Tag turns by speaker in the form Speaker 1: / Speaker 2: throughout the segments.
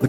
Speaker 1: The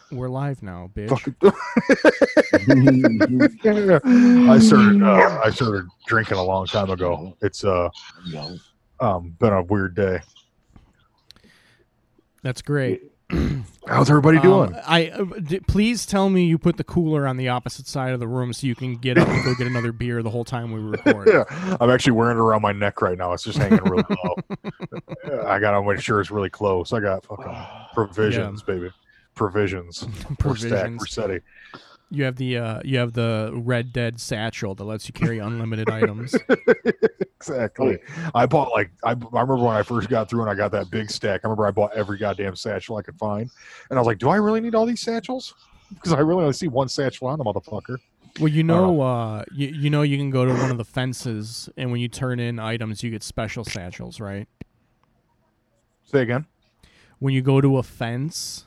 Speaker 2: We're live now, bitch.
Speaker 3: Fucking... I started. Uh, I started drinking a long time ago. It's uh, um, been a weird day.
Speaker 2: That's great.
Speaker 3: How's everybody doing?
Speaker 2: Um, I uh, d- please tell me you put the cooler on the opposite side of the room so you can get up and go get another beer the whole time we record.
Speaker 3: yeah, I'm actually wearing it around my neck right now. It's just hanging really low. Yeah, I got to make sure it's really close. I got fucking provisions, baby. Provisions. We're stacked. We're
Speaker 2: Provisions.
Speaker 3: steady.
Speaker 2: You have the uh, you have the Red Dead satchel that lets you carry unlimited items.
Speaker 3: Exactly. I bought like I, I remember when I first got through and I got that big stack. I remember I bought every goddamn satchel I could find, and I was like, "Do I really need all these satchels? Because I really only see one satchel on the motherfucker."
Speaker 2: Well, you know, uh, you, you know, you can go to one of the fences, and when you turn in items, you get special satchels, right?
Speaker 3: Say again. Mm-hmm.
Speaker 2: When you go to a fence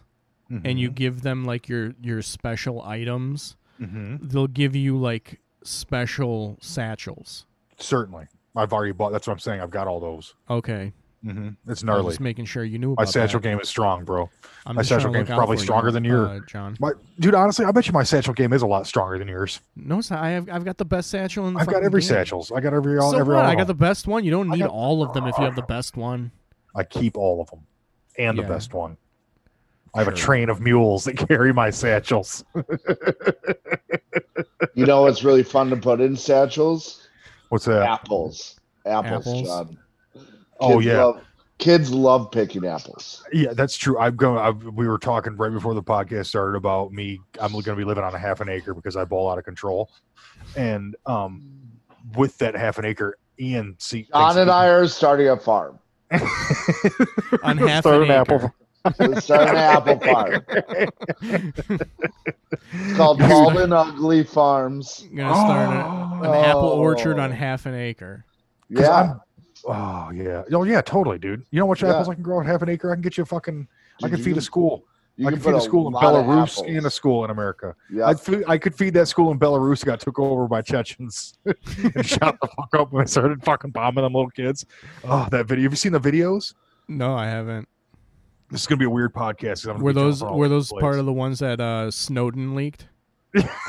Speaker 2: and you give them like your your special items,
Speaker 3: hmm
Speaker 2: they'll give you like special satchels.
Speaker 3: certainly, I've already bought. That's what I'm saying. I've got all those.
Speaker 2: Okay,
Speaker 3: hmm It's
Speaker 2: Mm-hmm. I'm
Speaker 3: gnarly.
Speaker 2: just making sure you knew
Speaker 3: My
Speaker 2: about
Speaker 3: satchel
Speaker 2: that.
Speaker 3: game is strong, bro.
Speaker 2: I'm
Speaker 3: my
Speaker 2: just trying
Speaker 3: satchel
Speaker 2: to look
Speaker 3: game's
Speaker 2: out
Speaker 3: probably
Speaker 2: for you,
Speaker 3: stronger than your-
Speaker 2: uh, John.
Speaker 3: My dude, honestly, I bet you my satchel game is a lot stronger than yours.
Speaker 2: No, it's not. I have I've got the best satchel in the
Speaker 3: I've got
Speaker 2: fucking
Speaker 3: every
Speaker 2: game.
Speaker 3: satchels. I got every all
Speaker 2: So
Speaker 3: every.
Speaker 2: what?
Speaker 3: all
Speaker 2: I
Speaker 3: of
Speaker 2: got the
Speaker 3: them.
Speaker 2: best one. You don't
Speaker 3: I
Speaker 2: need
Speaker 3: got-
Speaker 2: all of them if you have the best one.
Speaker 3: I keep all of them, and
Speaker 2: Yeah.
Speaker 3: the best one. I have a
Speaker 2: Sure.
Speaker 3: train of mules that carry my satchels.
Speaker 4: You know what's really fun to put in satchels?
Speaker 3: What's that?
Speaker 4: Apples. Apples,
Speaker 2: Apples?
Speaker 4: John. Kids
Speaker 3: Oh, yeah.
Speaker 4: love- kids love picking apples.
Speaker 3: Yeah, that's true. I'm going. I, we were talking right before the podcast started about me. I'm going to be living on a half an acre because I ball out of control, and um, with that half an acre, Ian see
Speaker 4: John and I are starting a farm.
Speaker 2: On half an acre.
Speaker 4: We're starting an apple farm. It's called
Speaker 2: You're
Speaker 4: Bald and Ugly Farms.
Speaker 2: I'm gonna start a- an apple orchard on
Speaker 4: Oh.
Speaker 2: half an acre.
Speaker 4: Yeah.
Speaker 3: Oh yeah. Oh yeah. Totally, dude. You know how much
Speaker 4: Yeah.
Speaker 3: apples I can grow on half an acre? I can get you a fucking. I can
Speaker 4: You
Speaker 3: feed a
Speaker 4: can-
Speaker 3: school.
Speaker 4: You
Speaker 3: I can feed a school in
Speaker 4: lot of
Speaker 3: Belarus
Speaker 4: apples.
Speaker 3: and a school in America.
Speaker 4: Yeah.
Speaker 3: I'd fe- I could feed that school in Belarus. that Got took over by Chechens and shot the fuck up when I started fucking bombing them little kids. Oh, that video. Have you seen the videos?
Speaker 2: No, I haven't.
Speaker 3: This is gonna be a weird podcast. 'cause I'm gonna
Speaker 2: Were
Speaker 3: be jumping
Speaker 2: those
Speaker 3: all
Speaker 2: were
Speaker 3: over the
Speaker 2: those part
Speaker 3: place.
Speaker 2: of the ones that uh, Snowden leaked?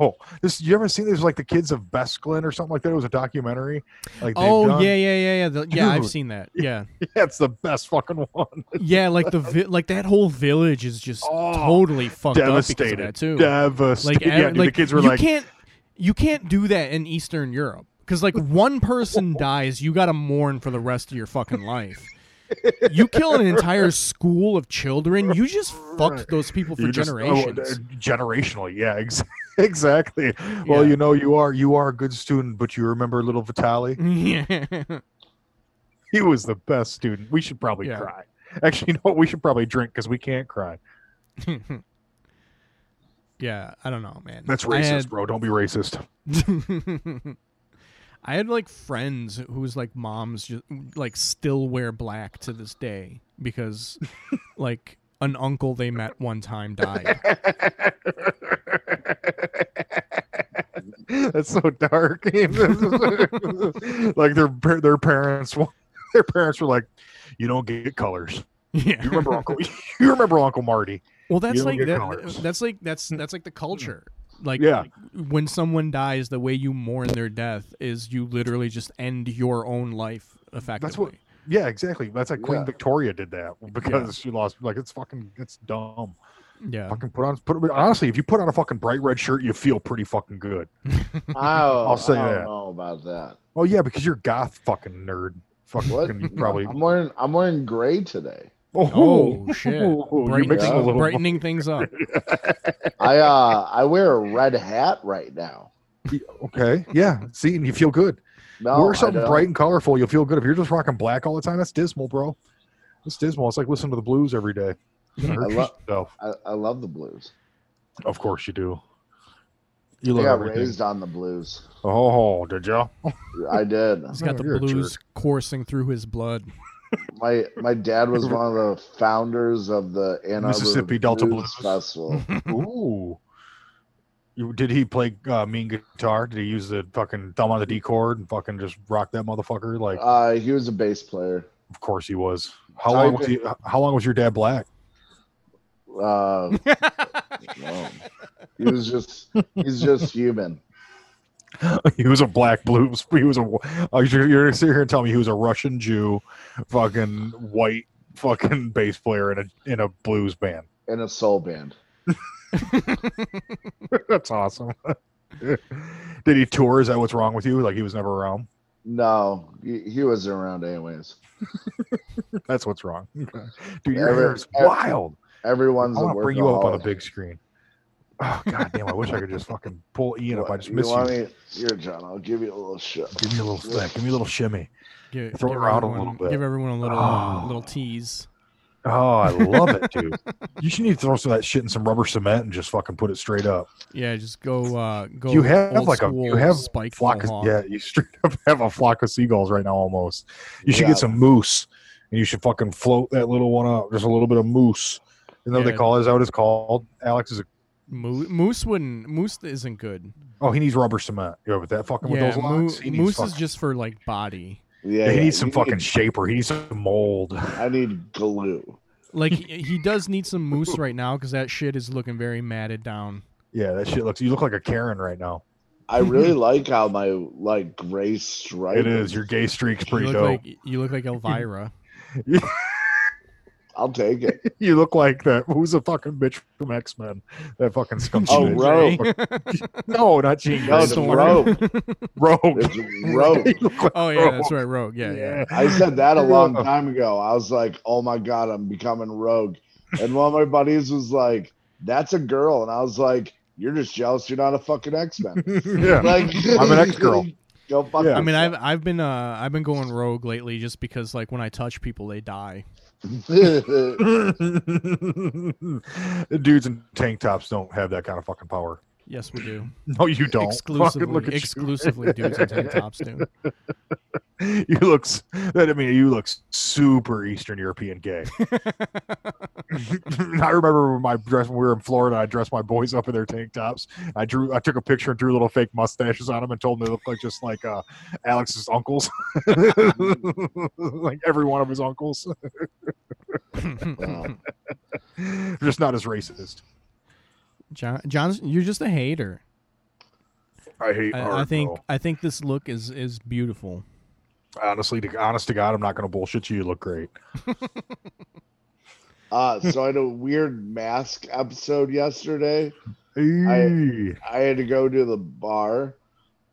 Speaker 3: Oh, this you ever seen? There's like the kids of Besklin or something like that. It was a documentary. Like they've
Speaker 2: Oh
Speaker 3: done.
Speaker 2: yeah, yeah, yeah, yeah, the- yeah. I've
Speaker 3: Dude.
Speaker 2: seen that. Yeah,
Speaker 3: that's the best fucking one.
Speaker 2: yeah. Like the vi- like that whole village is just
Speaker 3: Oh,
Speaker 2: totally fucked
Speaker 3: Devastated.
Speaker 2: up because of that too.
Speaker 3: Devastated.
Speaker 2: Like,
Speaker 3: yeah,
Speaker 2: ev-
Speaker 3: dude,
Speaker 2: like
Speaker 3: the kids were
Speaker 2: you
Speaker 3: like,
Speaker 2: can't you can't do that in Eastern Europe because like one person dies, you got to mourn for the rest of your fucking life. You kill an entire school of children. You just fucked those people for
Speaker 3: you just- oh,
Speaker 2: generations.
Speaker 3: uh, generationally, yeah, ex- exactly. Well,
Speaker 2: Yeah.
Speaker 3: you know, you are you are a good student, but you remember little Vitali.
Speaker 2: yeah.
Speaker 3: He was the best student. We should probably
Speaker 2: Yeah.
Speaker 3: cry. Actually, you know what? We should probably drink because we can't cry.
Speaker 2: yeah, I don't know, man.
Speaker 3: That's
Speaker 2: I
Speaker 3: racist,
Speaker 2: had-
Speaker 3: bro. Don't be racist.
Speaker 2: I had like friends whose like moms just like still wear black to this day because like an uncle they met one time died.
Speaker 3: That's so dark. like their par- their parents wa- their parents were like, "You don't get colors.
Speaker 2: Yeah.
Speaker 3: You remember Uncle You remember Uncle Marty?
Speaker 2: well, that's
Speaker 3: don't
Speaker 2: like
Speaker 3: get
Speaker 2: that-
Speaker 3: colors.
Speaker 2: that's like that's that's like the culture. Like
Speaker 3: Yeah.
Speaker 2: when someone dies, the way you mourn their death is you literally just end your own life effectively.
Speaker 3: Yeah, exactly. That's like Queen
Speaker 4: Yeah.
Speaker 3: Victoria did that because she lost. Like it's fucking it's dumb.
Speaker 2: Yeah.
Speaker 3: Fucking put on put honestly, if you put on a fucking bright red shirt, you feel pretty fucking good.
Speaker 4: I'll,
Speaker 3: I'll say
Speaker 4: Oh, I don't
Speaker 3: that.
Speaker 4: know about that.
Speaker 3: Oh yeah, because you're goth fucking nerd. Fucking
Speaker 4: What?
Speaker 3: you probably.
Speaker 4: I'm wearing I'm wearing gray today.
Speaker 3: Oh,
Speaker 2: Oh shit.
Speaker 3: you're
Speaker 2: Brighten-
Speaker 3: mixing a little.
Speaker 2: brightening things up.
Speaker 4: I uh I wear a red hat right now.
Speaker 3: Okay, yeah. See, and you feel good.
Speaker 4: No,
Speaker 3: Wear
Speaker 4: I
Speaker 3: something
Speaker 4: don't.
Speaker 3: bright and colorful. You'll feel good. If you're just rocking black all the time, that's dismal, bro. It's dismal. It's like listening to the blues every day.
Speaker 2: Hmm.
Speaker 3: You're gonna
Speaker 4: I
Speaker 3: hurt
Speaker 4: lo-
Speaker 3: yourself.
Speaker 4: I, I love the blues.
Speaker 3: Of course you do. You
Speaker 4: I
Speaker 3: love
Speaker 4: got
Speaker 3: everything.
Speaker 4: raised on the blues.
Speaker 3: Oh, did you?
Speaker 4: I did.
Speaker 2: He's got the
Speaker 3: You're a
Speaker 2: blues coursing through his blood.
Speaker 4: My my dad was one of the founders of the Ann Arbor
Speaker 3: Mississippi Delta Blues.
Speaker 4: Festival.
Speaker 3: Ooh. You, did he play uh, mean guitar? Did he use the fucking thumb on the D chord and fucking just rock that motherfucker? Like,
Speaker 4: Uh, he was a bass player.
Speaker 3: of course he was. How
Speaker 4: Sorry,
Speaker 3: long was he, How long was your dad black?
Speaker 4: Uh, well, he was just he's just human.
Speaker 3: he was a black blues. He was a. Uh, you're, you're gonna sit here and tell me he was a Russian Jew, fucking white, fucking bass player in a in a blues band.
Speaker 4: in a soul band.
Speaker 3: That's awesome. Did he tour? Is that what's wrong with you? Like he was never around.
Speaker 4: No, he, he wasn't around anyways.
Speaker 3: That's what's wrong. Dude, your
Speaker 4: Every-
Speaker 3: hair is wild.
Speaker 4: Everyone's
Speaker 3: I
Speaker 4: a
Speaker 3: want to bring you up on the
Speaker 4: workaholic.
Speaker 3: big screen. Oh god damn! I wish I could just fucking pull Ian up. I just
Speaker 4: You
Speaker 3: miss you.
Speaker 4: want me- Here, John, I'll give you a little shit.
Speaker 3: Give me a little slap. Give me a little shimmy.
Speaker 2: Give,
Speaker 3: Throw
Speaker 2: give
Speaker 3: it around a
Speaker 2: everyone,
Speaker 3: little bit.
Speaker 2: Give everyone a little uh,
Speaker 3: Oh.
Speaker 2: little tease.
Speaker 3: Oh, I love it, dude. you should need to throw some of that shit in some rubber cement and just fucking put it straight up.
Speaker 2: Yeah, just go uh go
Speaker 3: you have
Speaker 2: old
Speaker 3: like a
Speaker 2: school
Speaker 3: you have
Speaker 2: spike
Speaker 3: flock
Speaker 2: mohawk.
Speaker 3: of, yeah you straight up have a flock of seagulls right now almost. You should
Speaker 4: Yeah.
Speaker 3: get some moose and you should fucking float that little one up. Just a little bit of moose. You know what
Speaker 2: Yeah.
Speaker 3: they call it? Is that what it's called? Alex is a
Speaker 2: Moo- Moose wouldn't. Moose isn't good.
Speaker 3: oh he needs rubber cement. You know, with that fucking with
Speaker 2: yeah,
Speaker 3: those
Speaker 2: moo-
Speaker 3: locks. he needs
Speaker 2: moose
Speaker 3: fucking-
Speaker 2: is just for like body.
Speaker 4: Yeah,
Speaker 3: Yeah, he
Speaker 4: yeah,
Speaker 3: needs some
Speaker 4: you
Speaker 3: fucking
Speaker 4: need-
Speaker 3: shaper. He needs some mold.
Speaker 4: I need glue.
Speaker 2: Like he, he does need some moose right now because that shit is looking very matted down.
Speaker 3: Yeah, that shit looks. You look like a Karen right now.
Speaker 4: I really like how my like gray stripe.
Speaker 3: It is your gay streak's pretty
Speaker 2: you look
Speaker 3: dope.
Speaker 2: like you look like Elvira.
Speaker 4: I'll take it.
Speaker 3: you look like that. Who's a fucking bitch from X Men? That fucking scum.
Speaker 4: Oh,
Speaker 3: bitch.
Speaker 4: Rogue.
Speaker 3: No, not Jean
Speaker 4: No,
Speaker 3: Grey.
Speaker 4: it's
Speaker 2: Storm.
Speaker 4: rope.
Speaker 3: Rogue.
Speaker 4: It's rope.
Speaker 3: You look like
Speaker 2: Oh yeah,
Speaker 3: Rogue.
Speaker 2: that's right, Rogue. Yeah, yeah.
Speaker 4: I said that a
Speaker 3: Yeah.
Speaker 4: long time ago. I was like, "Oh my god, I'm becoming rogue," and one of my buddies was like, "That's a girl," and I was like, "You're just jealous. You're not a fucking X Men."
Speaker 3: yeah.
Speaker 4: Like,
Speaker 3: I'm an ex-girl.
Speaker 4: Go fuck.
Speaker 3: Yeah.
Speaker 2: I mean, I've I've been uh I've been going rogue lately just because like when I touch people they die.
Speaker 4: yourself.
Speaker 3: Dudes in tank tops don't have that kind of fucking power.
Speaker 2: Yes, we do.
Speaker 3: No, you don't.
Speaker 2: exclusively
Speaker 3: Fucking look at you.
Speaker 2: exclusively dudes in tank tops do.
Speaker 3: you look s- that i mean you look s- super eastern european gay i remember when my dress when we were in florida i dressed my boys up in their tank tops i drew i took a picture and drew little fake mustaches on them and told them they looked like just like uh alex's uncles like every one of his uncles just not as racist
Speaker 2: John, John's, you're just a hater.
Speaker 3: i hate
Speaker 2: I, I
Speaker 3: art,
Speaker 2: think
Speaker 3: though.
Speaker 2: I think this look is is beautiful.
Speaker 3: honestly to, honest to god i'm not gonna bullshit you you look great
Speaker 4: Uh, so I had a weird mask episode yesterday.
Speaker 3: Eee.
Speaker 4: I had to go to the bar,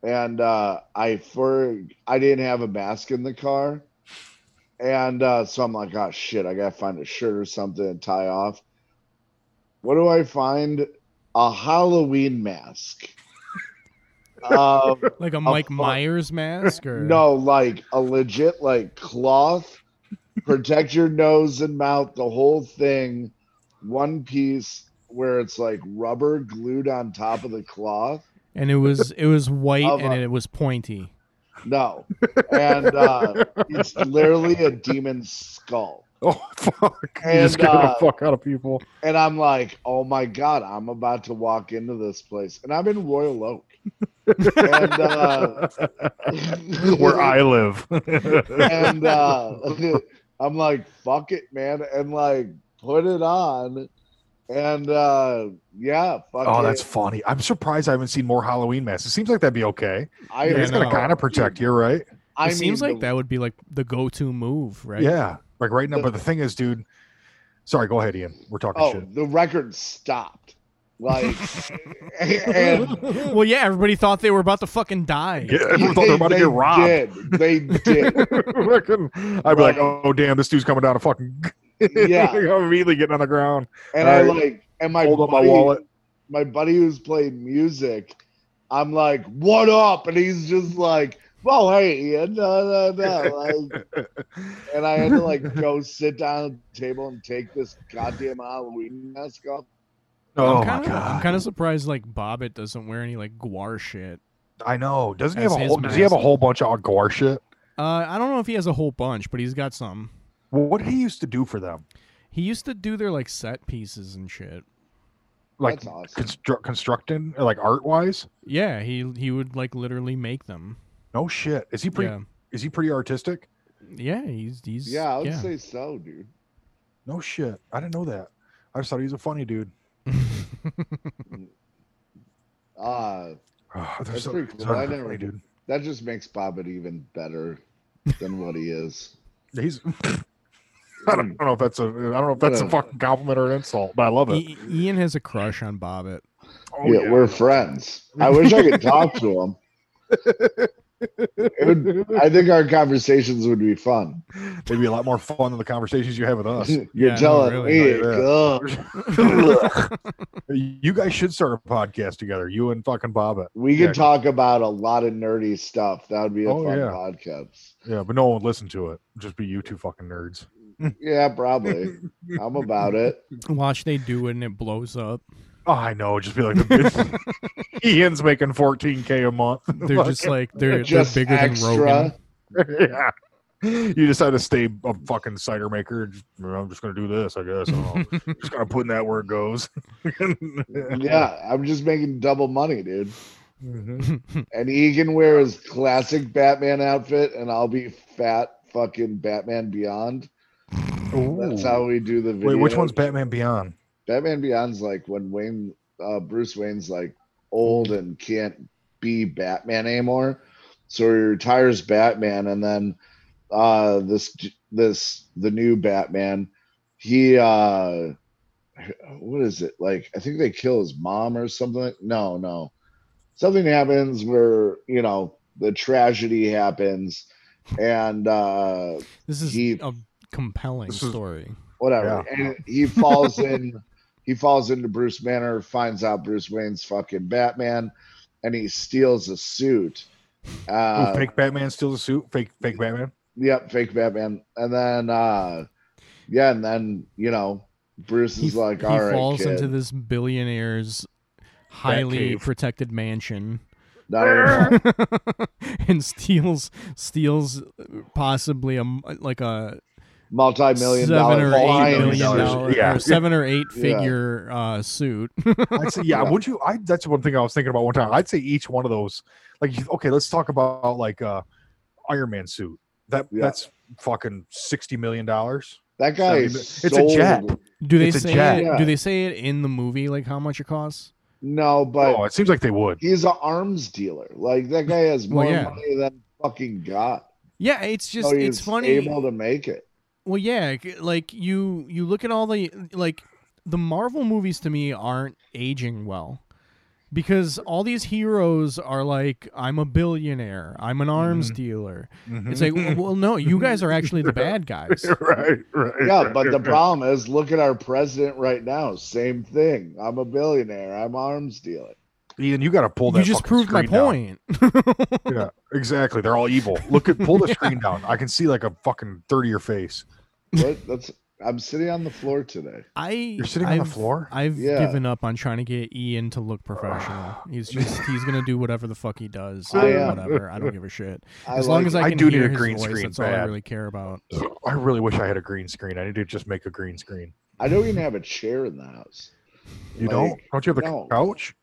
Speaker 4: and uh, I for I didn't have a mask in the car, and uh, so I'm like, oh shit, I gotta find a shirt or something and tie off. What do I find? A Halloween mask. um,
Speaker 2: Like a Mike
Speaker 4: fuck.
Speaker 2: Myers mask or
Speaker 4: no, like a legit like cloth. Protect your nose and mouth, the whole thing, one piece where it's like rubber glued on top of the cloth.
Speaker 2: and it was it was white
Speaker 4: Of
Speaker 2: and
Speaker 4: a-
Speaker 2: it was pointy.
Speaker 4: No. And uh, it's literally a demon's skull.
Speaker 3: oh fuck you
Speaker 4: And,
Speaker 3: just scared
Speaker 4: uh,
Speaker 3: the fuck out of people
Speaker 4: And I'm like, oh my God, I'm about to walk into this place. And I'm in Royal Oak. and uh,
Speaker 3: where I live. Oh,
Speaker 4: and uh, I'm like, fuck it, man. And like, put it on. And uh, yeah, fuck
Speaker 3: oh,
Speaker 4: it.
Speaker 3: that's funny. I'm surprised I haven't seen more Halloween masks. It seems like that'd be okay.
Speaker 4: I,
Speaker 3: It's
Speaker 2: Yeah,
Speaker 3: gonna
Speaker 2: no.
Speaker 3: kind of protect you, right?
Speaker 4: I
Speaker 2: it seems
Speaker 4: mean,
Speaker 2: like that would be like the go to move, right?
Speaker 3: Yeah, like right now. But the thing is, dude, Sorry, go ahead, Ian. We're talking
Speaker 4: Oh,
Speaker 3: shit.
Speaker 4: the record stopped. Like, and
Speaker 2: Well, yeah, everybody thought they were about to fucking die.
Speaker 3: Yeah, everyone thought they were about to get robbed.
Speaker 4: did. They did.
Speaker 3: I couldn't- I'd be like,
Speaker 4: Right.
Speaker 3: oh damn, this dude's coming down a fucking.
Speaker 4: Yeah.
Speaker 3: I'm immediately getting on the ground.
Speaker 4: And I
Speaker 3: Alright.
Speaker 4: like, and my
Speaker 3: Hold up my
Speaker 4: buddy-
Speaker 3: wallet.
Speaker 4: my buddy who's playing music, I'm like, "What up?" And he's just like, "Well, hey, Ian, no, no, no." Like, and I had to like go sit down at the table and take this goddamn Halloween mask off.
Speaker 2: I'm
Speaker 3: Oh my
Speaker 2: kinda, I'm
Speaker 3: god!
Speaker 2: kind of surprised like Bobbit doesn't wear any like guar shit.
Speaker 3: I know. Doesn't he
Speaker 2: That's
Speaker 3: have a
Speaker 2: his
Speaker 3: whole? Does he have a
Speaker 2: mask.
Speaker 3: whole bunch of Aguar shit?
Speaker 2: Uh, I don't know if he has a whole bunch, but he's got some.
Speaker 3: Well, what did he used to do for them?
Speaker 2: He used to do their like set pieces and shit.
Speaker 3: Like
Speaker 4: That's awesome.
Speaker 3: constru- constructing, like art wise.
Speaker 2: Yeah, he he would like literally make them.
Speaker 3: No shit. Is he pretty?
Speaker 2: Yeah,
Speaker 3: Is he pretty artistic?
Speaker 2: yeah, he's he's
Speaker 4: Yeah, I would say so, dude.
Speaker 3: No shit. I didn't know that. I just thought he was a funny dude.
Speaker 4: Uh,
Speaker 3: Oh,
Speaker 4: That's
Speaker 3: so,
Speaker 4: pretty cool.
Speaker 3: so
Speaker 4: I never-
Speaker 3: funny, dude.
Speaker 4: that just makes Bobbit even better than what he is.
Speaker 3: He's. I don't, I
Speaker 4: Hmm.
Speaker 3: don't know if that's a. I don't know if that's a
Speaker 4: Yeah.
Speaker 3: fucking compliment or an insult, but I love it.
Speaker 2: I- E, Ian has a crush on Bobbit.
Speaker 3: Oh,
Speaker 4: yeah, we're friends. I wish I could talk to him. It would, I think our conversations would be fun.
Speaker 3: It'd be a lot more fun than the conversations you have with us.
Speaker 4: You're
Speaker 2: Yeah, no,
Speaker 4: telling
Speaker 2: really.
Speaker 4: me.
Speaker 3: Yeah.
Speaker 4: "Ugh."
Speaker 3: you guys should start a podcast together, you and fucking Bobbit.
Speaker 4: We
Speaker 3: Yeah.
Speaker 4: could talk about a lot of nerdy stuff. That would be a
Speaker 3: Oh,
Speaker 4: fun
Speaker 3: yeah.
Speaker 4: podcast.
Speaker 3: Yeah, but no one would listen to it. It'd Just be you two fucking nerds.
Speaker 4: Yeah, probably. I'm about it.
Speaker 2: Watch they do it and it blows up.
Speaker 3: Oh, I know. Just be like the Ian's making fourteen k a month.
Speaker 2: They're just like they're, they're
Speaker 4: Just
Speaker 2: bigger than Rogan.
Speaker 4: extra.
Speaker 3: yeah. You decide to stay a fucking cider maker. Just, I'm just gonna do this, I guess. I don't know. just gonna put in that where it goes.
Speaker 4: Yeah, I'm just making double money, dude.
Speaker 2: Mm-hmm.
Speaker 4: And he can wear his classic Batman outfit, and I'll be fat fucking Batman Beyond. That's
Speaker 3: Ooh.
Speaker 4: how we do the video.
Speaker 3: Wait, which one's Batman Beyond?
Speaker 4: Batman Beyond's like when Wayne, uh, Bruce Wayne's like old and can't be Batman anymore, so he retires Batman, and then uh, this this the new Batman, he uh, what is it like? I think they kill his mom or something. No, no, something happens where you know the tragedy happens, and uh,
Speaker 2: This is
Speaker 4: He-
Speaker 2: a compelling
Speaker 3: This is-
Speaker 2: story.
Speaker 4: whatever.
Speaker 3: Yeah.
Speaker 4: And he falls in, he falls into Bruce Banner, finds out Bruce Wayne's fucking Batman, and he steals a suit.
Speaker 3: Ooh,
Speaker 4: Uh,
Speaker 3: fake Batman steals a suit. Fake fake Batman.
Speaker 4: Yep, fake Batman. And then, uh, yeah, and then you know, Bruce
Speaker 2: He,
Speaker 4: is like,
Speaker 2: he
Speaker 4: all right,
Speaker 2: falls
Speaker 4: kid,
Speaker 2: into this billionaire's highly
Speaker 3: cave.
Speaker 2: protected mansion
Speaker 4: now you're-
Speaker 2: and steals steals uh, possibly a m- like a
Speaker 4: multi-million
Speaker 2: seven
Speaker 4: dollar
Speaker 2: or eight
Speaker 4: fine.
Speaker 2: million
Speaker 3: dollars.
Speaker 2: dollar
Speaker 3: Yeah.
Speaker 2: or seven or eight
Speaker 4: Yeah.
Speaker 2: figure uh, suit.
Speaker 3: I'd say, yeah,
Speaker 4: Yeah.
Speaker 3: Would you? I that's one thing I was thinking about one time. I'd say each one of those. Like, you- okay, let's talk about like uh Iron Man suit. That
Speaker 4: Yeah.
Speaker 3: that's fucking sixty million dollars.
Speaker 4: That guy,
Speaker 3: Seventy mi- it's a jet.
Speaker 4: sold-
Speaker 2: Do they
Speaker 3: It's a
Speaker 2: say
Speaker 3: jet.
Speaker 2: it,
Speaker 4: Yeah.
Speaker 2: do they say it in the movie like how much it costs?
Speaker 4: No, but
Speaker 3: oh, it seems like they would.
Speaker 4: he's an arms dealer. Like that guy has more
Speaker 2: Well, yeah.
Speaker 4: money than fucking God.
Speaker 2: Yeah, it's just
Speaker 4: so
Speaker 2: it's
Speaker 4: he's
Speaker 2: funny.
Speaker 4: able to make it.
Speaker 2: Well, yeah, c- like you you look at all the like the Marvel movies to me aren't aging well because all these heroes are like I'm a billionaire, I'm an arms
Speaker 3: Mm-hmm.
Speaker 2: dealer. It's like, w- well, no, you guys are actually the bad guys.
Speaker 3: right, right.
Speaker 4: Yeah,
Speaker 3: right,
Speaker 4: but the
Speaker 3: right.
Speaker 4: problem is, look at our president right now. Same thing. I'm a billionaire. I'm arms dealer.
Speaker 3: Ian, you got to pull that.
Speaker 2: You just
Speaker 3: fucking
Speaker 2: proved my
Speaker 3: screen down.
Speaker 2: point.
Speaker 3: Yeah, exactly. They're all evil. Look at pull the screen down. I can see like a fucking third of your face.
Speaker 4: What? That's. I'm sitting on the floor today.
Speaker 2: I
Speaker 3: You're sitting on the floor.
Speaker 2: I've
Speaker 4: Yeah.
Speaker 2: given up on trying to get Ian to look professional. He's just he's gonna do whatever the fuck he does.
Speaker 4: I am.
Speaker 2: whatever. I don't give a shit.
Speaker 4: I
Speaker 2: As long
Speaker 4: like
Speaker 2: as
Speaker 4: it.
Speaker 2: I
Speaker 3: I
Speaker 2: can
Speaker 3: do need
Speaker 2: hear
Speaker 3: a
Speaker 2: his
Speaker 3: green
Speaker 2: voice,
Speaker 3: screen
Speaker 2: that's all I
Speaker 3: bad.
Speaker 2: really care about.
Speaker 3: I really wish I had a green screen. I need to just make a green screen.
Speaker 4: I don't even have a chair in the house.
Speaker 3: You
Speaker 4: Like,
Speaker 3: don't? Don't you have a
Speaker 4: no.
Speaker 3: couch?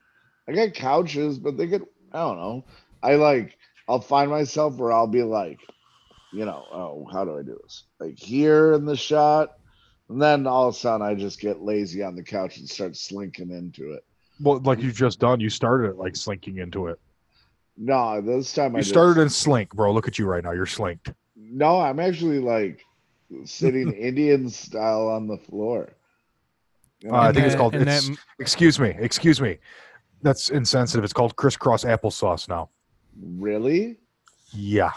Speaker 4: I got couches, but they get. I don't know. I like. I'll find myself where I'll be like, you know, oh, how do I do this? Like here in the shot, and then all of a sudden I just get lazy on the couch and start slinking into it.
Speaker 3: Well, like you've just done, you started it like slinking into it.
Speaker 4: No, this time I
Speaker 3: You
Speaker 4: just-
Speaker 3: started in slink, bro. Look at you right now. You're slinked.
Speaker 4: No, I'm actually like sitting Indian style on the floor.
Speaker 3: Uh, I
Speaker 2: And
Speaker 3: think it's
Speaker 2: that-
Speaker 3: called.
Speaker 2: and
Speaker 3: It's,
Speaker 2: that-
Speaker 3: excuse me. Excuse me. That's insensitive. It's called crisscross applesauce now.
Speaker 4: Really?
Speaker 3: Yeah.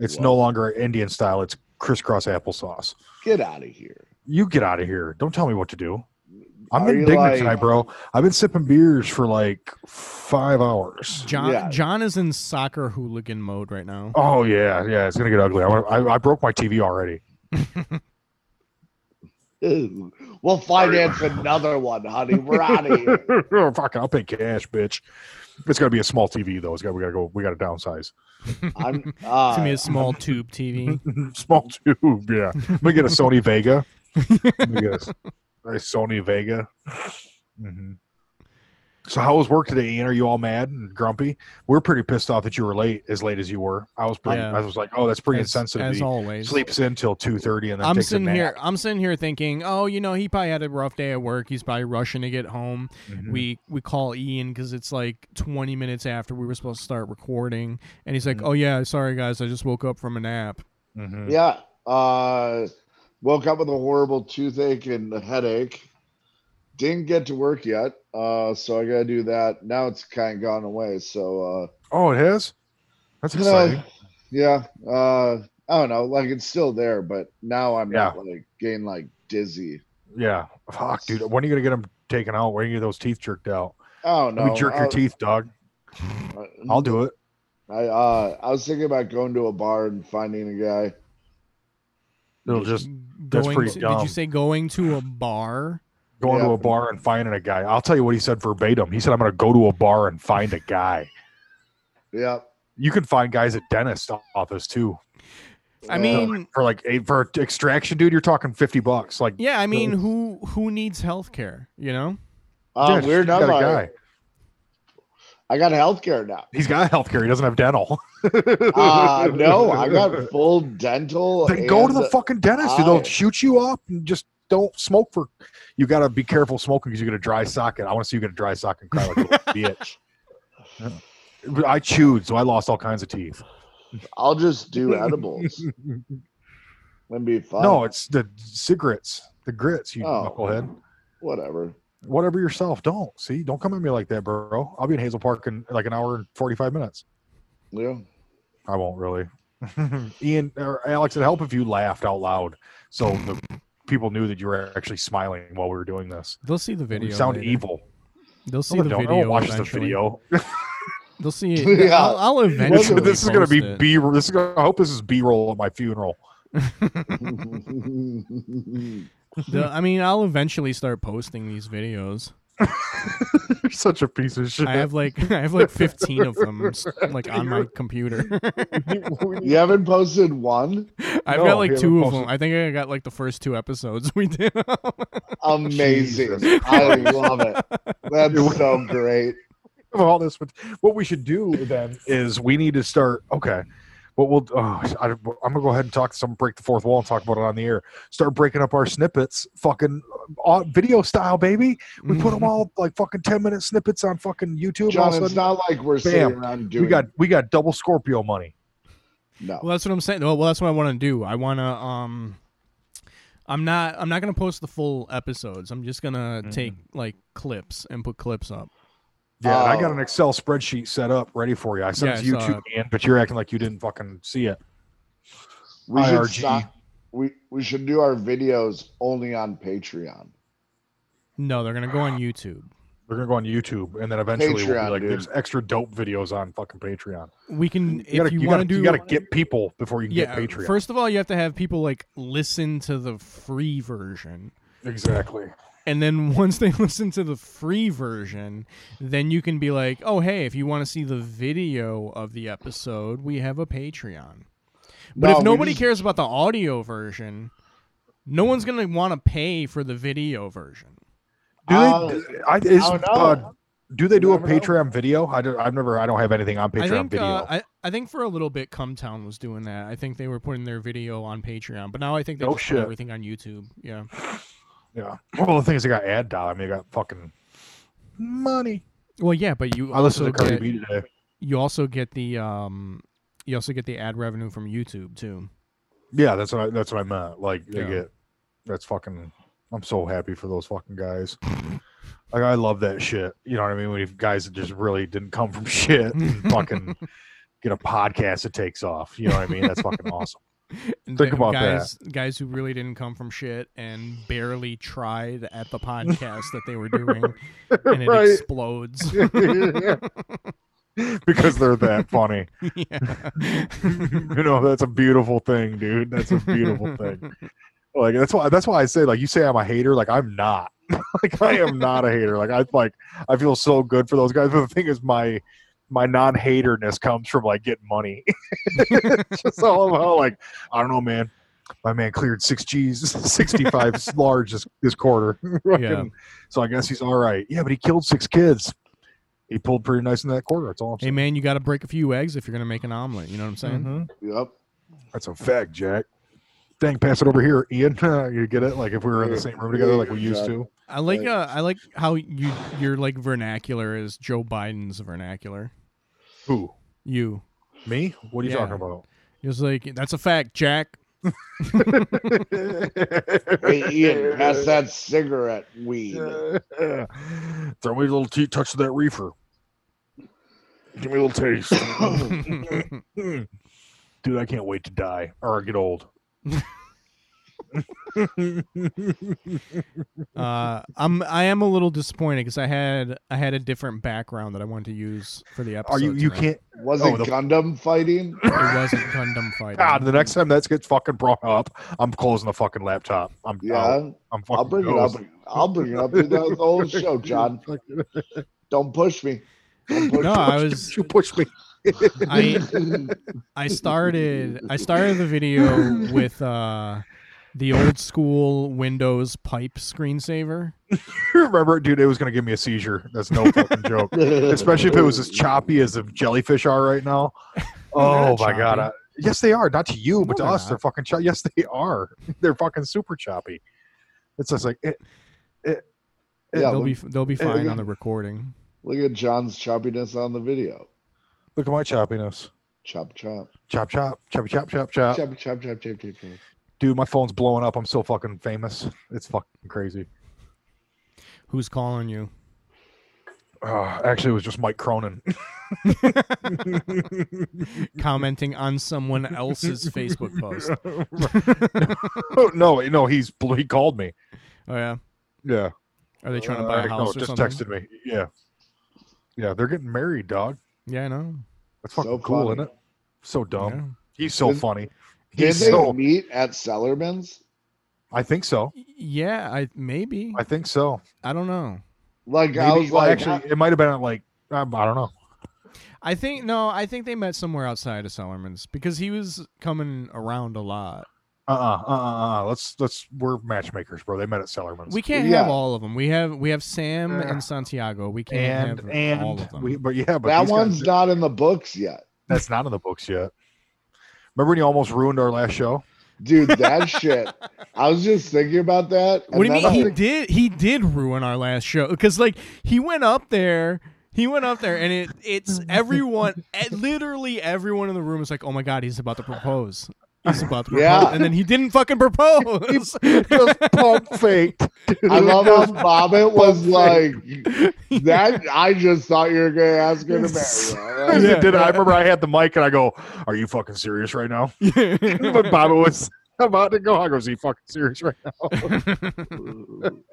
Speaker 3: It's no longer Indian style. It's crisscross applesauce.
Speaker 4: Get out of here.
Speaker 3: You get out of here. Don't tell me what to do. I'm
Speaker 4: Are you
Speaker 3: indignant
Speaker 4: like-
Speaker 3: tonight, bro. I've been sipping beers for like five hours.
Speaker 2: John
Speaker 4: Yeah.
Speaker 2: John is in soccer hooligan mode right now.
Speaker 3: Oh yeah, yeah. It's gonna get ugly. I, wanna- I, I broke my TV already.
Speaker 4: Ew. We'll finance another one, honey. We're out of here.
Speaker 3: Fuck, I'll pay cash, bitch. It's gonna be a small TV though. It's got we gotta go. We gotta downsize.
Speaker 4: I'm
Speaker 2: It's gonna be
Speaker 4: uh,
Speaker 2: a small tube TV.
Speaker 3: small tube. Yeah, I'm gonna get a Sony Vega. I'm gonna get a, s- a Sony Vega. hmm So how was work today, Ian? Are you all mad and grumpy? We're pretty pissed off that you were late, as late as you were. I was pretty.
Speaker 2: Yeah.
Speaker 3: I was like, oh, that's pretty
Speaker 2: as,
Speaker 3: insensitive.
Speaker 2: as
Speaker 3: He
Speaker 2: always.
Speaker 3: Sleeps in till two thirty and then
Speaker 2: I'm
Speaker 3: takes
Speaker 2: sitting
Speaker 3: a nap.
Speaker 2: here. I'm sitting here thinking, oh, you know, he probably had a rough day at work. He's probably rushing to get home.
Speaker 3: Mhm.
Speaker 2: We we call Ian because it's like 20 minutes after we were supposed to start recording, and he's like,
Speaker 3: Mm-hmm.
Speaker 2: oh yeah, sorry guys, I just woke up from a nap.
Speaker 3: Mhm.
Speaker 4: yeah. Uh, woke up with a horrible toothache and a headache. Didn't get to work yet, uh, so I gotta do that. Now it's kind of gone away. So
Speaker 3: Oh, it has. That's
Speaker 4: uh, you know,
Speaker 3: exciting.
Speaker 4: yeah. Uh, I don't know. Like it's still there, but now I'm
Speaker 3: Yeah.
Speaker 4: not like getting like dizzy.
Speaker 3: yeah. Fuck, dude. When are you gonna get them taken out? When are you gonna get those teeth jerked out?
Speaker 4: Oh, I don't
Speaker 3: Let
Speaker 4: know.
Speaker 3: me jerk
Speaker 4: I'll-
Speaker 3: your teeth, dog.
Speaker 4: I-
Speaker 3: I'll do it.
Speaker 4: I uh I was thinking about going to a bar and finding a guy.
Speaker 3: It'll just that's
Speaker 2: Going
Speaker 3: pretty
Speaker 2: to, Did
Speaker 3: dumb.
Speaker 2: you say going to a bar?
Speaker 3: going to
Speaker 4: Yeah.
Speaker 3: a bar and finding a guy. I'll tell you what he said verbatim. He said, "I'm going to go to a bar and find a guy."
Speaker 4: Yeah.
Speaker 3: You can find guys at dentist office too
Speaker 2: I
Speaker 4: Uh,
Speaker 2: mean,
Speaker 3: for like eight for extraction, dude. You're talking fifty bucks. Like,
Speaker 2: yeah, I mean, who who needs health care? You know,
Speaker 4: uh,
Speaker 3: dude,
Speaker 4: weird
Speaker 3: you got a
Speaker 4: number.
Speaker 3: guy.
Speaker 4: I got healthcare now.
Speaker 3: He's got healthcare. He doesn't have dental.
Speaker 4: Uh no, I got full dental.
Speaker 3: Then go to
Speaker 4: and-
Speaker 3: the fucking dentist. dude. They'll
Speaker 4: eye.
Speaker 3: shoot you up and just don't smoke for. You got to be careful smoking because you get a dry socket. I want to see you get a dry socket and cry like a little bitch. Yeah. I chewed, so I lost all kinds of teeth.
Speaker 4: I'll just do edibles and be fine.
Speaker 3: No, it's the cigarettes, the grits, you
Speaker 4: Oh.
Speaker 3: knucklehead.
Speaker 4: whatever.
Speaker 3: Whatever yourself. Don't see. Don't come at me like that, bro. I'll be in Hazel Park in like an hour and forty-five minutes.
Speaker 4: Yeah.
Speaker 3: I won't really. Ian or Alex, it'd help if you laughed out loud, so the people knew that you were actually smiling while we were doing this.
Speaker 2: they'll see the video.
Speaker 3: You sound
Speaker 2: later.
Speaker 3: evil.
Speaker 2: They'll see
Speaker 3: No,
Speaker 2: the
Speaker 3: they don't.
Speaker 2: video.
Speaker 3: No one watches the
Speaker 2: eventually.
Speaker 3: video.
Speaker 2: They'll see it.
Speaker 4: Yeah.
Speaker 2: I'll, I'll
Speaker 3: This,
Speaker 2: eventually.
Speaker 3: this is gonna be
Speaker 2: post it.
Speaker 3: B. This is gonna. I hope this is B roll at my funeral.
Speaker 2: The- I mean, I'll eventually start posting these videos.
Speaker 3: You're such a piece of shit.
Speaker 2: I have like I have like 15 of them s- like on my computer.
Speaker 4: you haven't posted one?
Speaker 2: I've
Speaker 3: No,
Speaker 2: got
Speaker 3: you
Speaker 2: like
Speaker 3: haven't
Speaker 2: two of them.
Speaker 3: posted-
Speaker 2: I think I got like the first two episodes we did.
Speaker 4: Amazing.
Speaker 3: Jesus
Speaker 4: I love it. That's so great.
Speaker 3: of all this, but what we should do then is we need to start. Okay, what we'll oh, I, am gonna go ahead and talk to someone, break the fourth wall, and talk about it on the air. Start breaking up our snippets, fucking uh, video style, baby. We put them all like fucking ten minute snippets on fucking YouTube. all of a
Speaker 4: John, it's
Speaker 3: sudden,
Speaker 4: not like we're sitting around doing
Speaker 3: we got we got double Scorpio money.
Speaker 4: no.
Speaker 2: Well, that's what I'm saying. Well, well, that's what I want to do. I want to. Um, I'm not. I'm not gonna post the full episodes. I'm just gonna take like clips and put clips up.
Speaker 3: Yeah, and I got
Speaker 4: Oh.
Speaker 3: an Excel spreadsheet set up ready for you. I sent
Speaker 2: Yeah,
Speaker 3: it to you
Speaker 2: I saw
Speaker 3: too, Ian, but you're acting like you didn't fucking see it.
Speaker 4: We should
Speaker 3: IRG.
Speaker 4: stop. We we should do our videos only on Patreon.
Speaker 2: No, they're gonna go on YouTube.
Speaker 3: We're gonna go on YouTube, and then eventually we'll
Speaker 4: Patreon,
Speaker 3: be like,
Speaker 4: dude.
Speaker 3: there's extra dope videos on fucking Patreon.
Speaker 2: We can.
Speaker 3: You gotta,
Speaker 2: if you,
Speaker 3: you
Speaker 2: want
Speaker 3: gotta,
Speaker 2: to do,
Speaker 3: you gotta get people before you can
Speaker 2: yeah.
Speaker 3: get Patreon.
Speaker 2: First of all, you have to have people like listen to the free version.
Speaker 3: Exactly.
Speaker 2: And then once they listen to the free version, then you can be like, oh, hey, if you want to see the video of the episode, we have a Patreon. But
Speaker 4: No,
Speaker 2: if
Speaker 4: we
Speaker 2: nobody
Speaker 4: just-
Speaker 2: cares about the audio version, no one's going to want to pay for the video version.
Speaker 3: Do
Speaker 4: Uh,
Speaker 3: they? I, is,
Speaker 4: don't know.
Speaker 3: uh, do they
Speaker 4: You
Speaker 3: do a
Speaker 4: never know.
Speaker 3: Patreon video? I don't, I've never. I don't have anything on Patreon
Speaker 2: I think,
Speaker 3: video.
Speaker 2: uh, I, I think for a little bit, Cumtown was doing that. I think they were putting their video on Patreon, but now I think they
Speaker 3: No
Speaker 2: just put
Speaker 3: Oh, shit.
Speaker 2: everything on YouTube. Yeah.
Speaker 3: yeah. Well, the thing is, they got ad dollar. I mean, they got fucking money.
Speaker 2: Well, yeah, but you
Speaker 3: I listened
Speaker 2: also
Speaker 3: to Cardi
Speaker 2: get,
Speaker 3: B today.
Speaker 2: you also get the um you also get the ad revenue from YouTube too.
Speaker 3: Yeah, that's what I, that's what I meant. Like they
Speaker 2: Yeah.
Speaker 3: get that's fucking. I'm so happy for those fucking guys. like I love that shit. You know what I mean? When you have guys that just really didn't come from shit, and fucking get a podcast that takes off. You know what I mean? That's fucking awesome.
Speaker 2: And
Speaker 3: Think
Speaker 2: then
Speaker 3: about
Speaker 2: guys, Guys who really didn't come from shit and barely tried at the podcast that they were doing, and it
Speaker 3: Right.
Speaker 2: explodes.
Speaker 3: because they're that funny.
Speaker 2: yeah.
Speaker 3: you know, that's a beautiful thing, dude. That's a beautiful thing. Like that's why that's why I say like you say I'm a hater. Like I'm not. like I am not a hater. Like I like I feel so good for those guys. But the thing is, my my non-haterness comes from like getting money. it's just all about like I don't know, man. My man cleared six G's, sixty-five large this, this quarter.
Speaker 2: Yeah.
Speaker 3: So I guess he's all right. Yeah, but he killed six kids. He pulled pretty nice in that quarter. That's all I'm
Speaker 2: hey
Speaker 3: saying.
Speaker 2: man, you got to break a few eggs if you're gonna make an omelet. You know what I'm saying?
Speaker 3: Mhm.
Speaker 4: Yep.
Speaker 3: That's a fact, Jack. Dang, pass it over here, Ian. you get it? Like if we were in the same room together, like we used to.
Speaker 2: I like
Speaker 4: Right.
Speaker 2: uh, I like how you your like vernacular is Joe Biden's vernacular.
Speaker 3: Who?
Speaker 2: You
Speaker 3: Me? What are you
Speaker 2: Yeah.
Speaker 3: talking about?
Speaker 2: he was like that's a fact, Jack.
Speaker 4: Hey, Ian, pass that cigarette weed.
Speaker 3: Throw me a little tea, touch of that reefer. Give me a little taste. Hmm. Dude, I can't wait to die or get old.
Speaker 2: uh, I'm I am a little disappointed because I had I had a different background that I wanted to use for the episode.
Speaker 3: Are you? You
Speaker 2: tonight.
Speaker 3: can't.
Speaker 4: Was
Speaker 3: Oh,
Speaker 4: it
Speaker 3: the-
Speaker 4: Gundam fighting?
Speaker 2: It wasn't Gundam fighting.
Speaker 3: God, the next time that gets fucking brought up, I'm closing the fucking laptop. I'm out.
Speaker 4: Yeah,
Speaker 3: I'm Oh, fucking.
Speaker 4: I'll bring it up.
Speaker 3: ghost.
Speaker 4: I'll bring it up through the whole show, John. Don't push me. Don't push
Speaker 2: no, I was
Speaker 3: You pushed me.
Speaker 2: I
Speaker 4: me.
Speaker 2: I started I started the video with uh the old school Windows pipe screensaver.
Speaker 3: You remember, dude, it was going to give me a seizure. That's no fucking joke. Especially if it was as choppy as the jellyfish are right now. Oh,
Speaker 2: not
Speaker 3: my God.
Speaker 2: choppy.
Speaker 3: I- yes, they are. Not to you, but
Speaker 2: No,
Speaker 3: to
Speaker 2: they're
Speaker 3: us. They're fucking choppy. Yes, they are. They're fucking super choppy. It's just like, eh, it, it, it-
Speaker 4: Yeah,
Speaker 2: They'll
Speaker 4: look,
Speaker 2: be they'll be
Speaker 3: Hey,
Speaker 2: fine
Speaker 4: look-
Speaker 2: on the recording.
Speaker 4: look at John's choppiness on the video.
Speaker 3: look at my choppiness.
Speaker 4: Chop, chop,
Speaker 3: Chop, chop, chop, chop, chop, chop.
Speaker 4: chop, chop, chop, chop, chop, chop.
Speaker 3: Dude, my phone's blowing up. I'm so fucking famous. It's fucking crazy.
Speaker 2: Who's calling you?
Speaker 3: Uh, actually, it was just Mike Cronin.
Speaker 2: Commenting on someone else's Facebook post.
Speaker 3: Oh, no, no, he's bl- he called me.
Speaker 2: Oh yeah.
Speaker 3: Yeah.
Speaker 2: Are they trying to
Speaker 3: Uh,
Speaker 2: buy a
Speaker 3: no,
Speaker 2: house or
Speaker 3: just
Speaker 2: something?
Speaker 3: texted me. Yeah. Yeah, they're getting married, dog.
Speaker 2: Yeah, I know.
Speaker 3: That's
Speaker 4: So
Speaker 3: fucking cool,
Speaker 4: funny.
Speaker 3: isn't it? So dumb.
Speaker 2: Yeah.
Speaker 3: He's so
Speaker 4: Did-
Speaker 3: funny.
Speaker 4: Did
Speaker 3: He's
Speaker 4: they
Speaker 3: so.
Speaker 4: meet at Sellerman's?
Speaker 3: I think so.
Speaker 2: Yeah, I maybe.
Speaker 3: I think so.
Speaker 2: I don't know.
Speaker 4: Like I
Speaker 3: Maybe-
Speaker 4: was
Speaker 3: well,
Speaker 4: like, "Ah."
Speaker 3: actually, it might have been at like um, I don't know.
Speaker 2: I think no, I think they met somewhere outside of Sellerman's because he was coming around a lot.
Speaker 3: Uh uh-uh, uh uh uh. Let's let's we're matchmakers, bro. They met at Sellerman's.
Speaker 2: We can't
Speaker 4: Yeah.
Speaker 2: have all of them. We have we have Sam
Speaker 3: Yeah.
Speaker 2: and Santiago. We can't
Speaker 3: and
Speaker 2: have all
Speaker 3: and
Speaker 2: of them.
Speaker 3: we, but yeah, but
Speaker 4: that
Speaker 3: these guys-
Speaker 4: one's not in the books yet,
Speaker 3: that's not in the books yet. Remember when you almost ruined our last show?
Speaker 4: dude. That shit. I was just thinking about that.
Speaker 2: what do you
Speaker 4: and
Speaker 2: mean
Speaker 4: then
Speaker 2: he
Speaker 4: I-
Speaker 2: did he did ruin our last show because like he went up there he went up there and it it's everyone eh, literally everyone in the room is like oh my god he's about to propose he's about to propose
Speaker 4: Yeah.
Speaker 2: and then he didn't fucking propose
Speaker 3: Just pump faked.
Speaker 4: I love how Bobbit was like, that. I just thought you were going to ask her to marry me.
Speaker 2: Yeah.
Speaker 3: Did I remember I had the mic and I go, "Are you fucking serious right now?" but Baba was about to go. I go, is he fucking serious right now?
Speaker 4: Ah.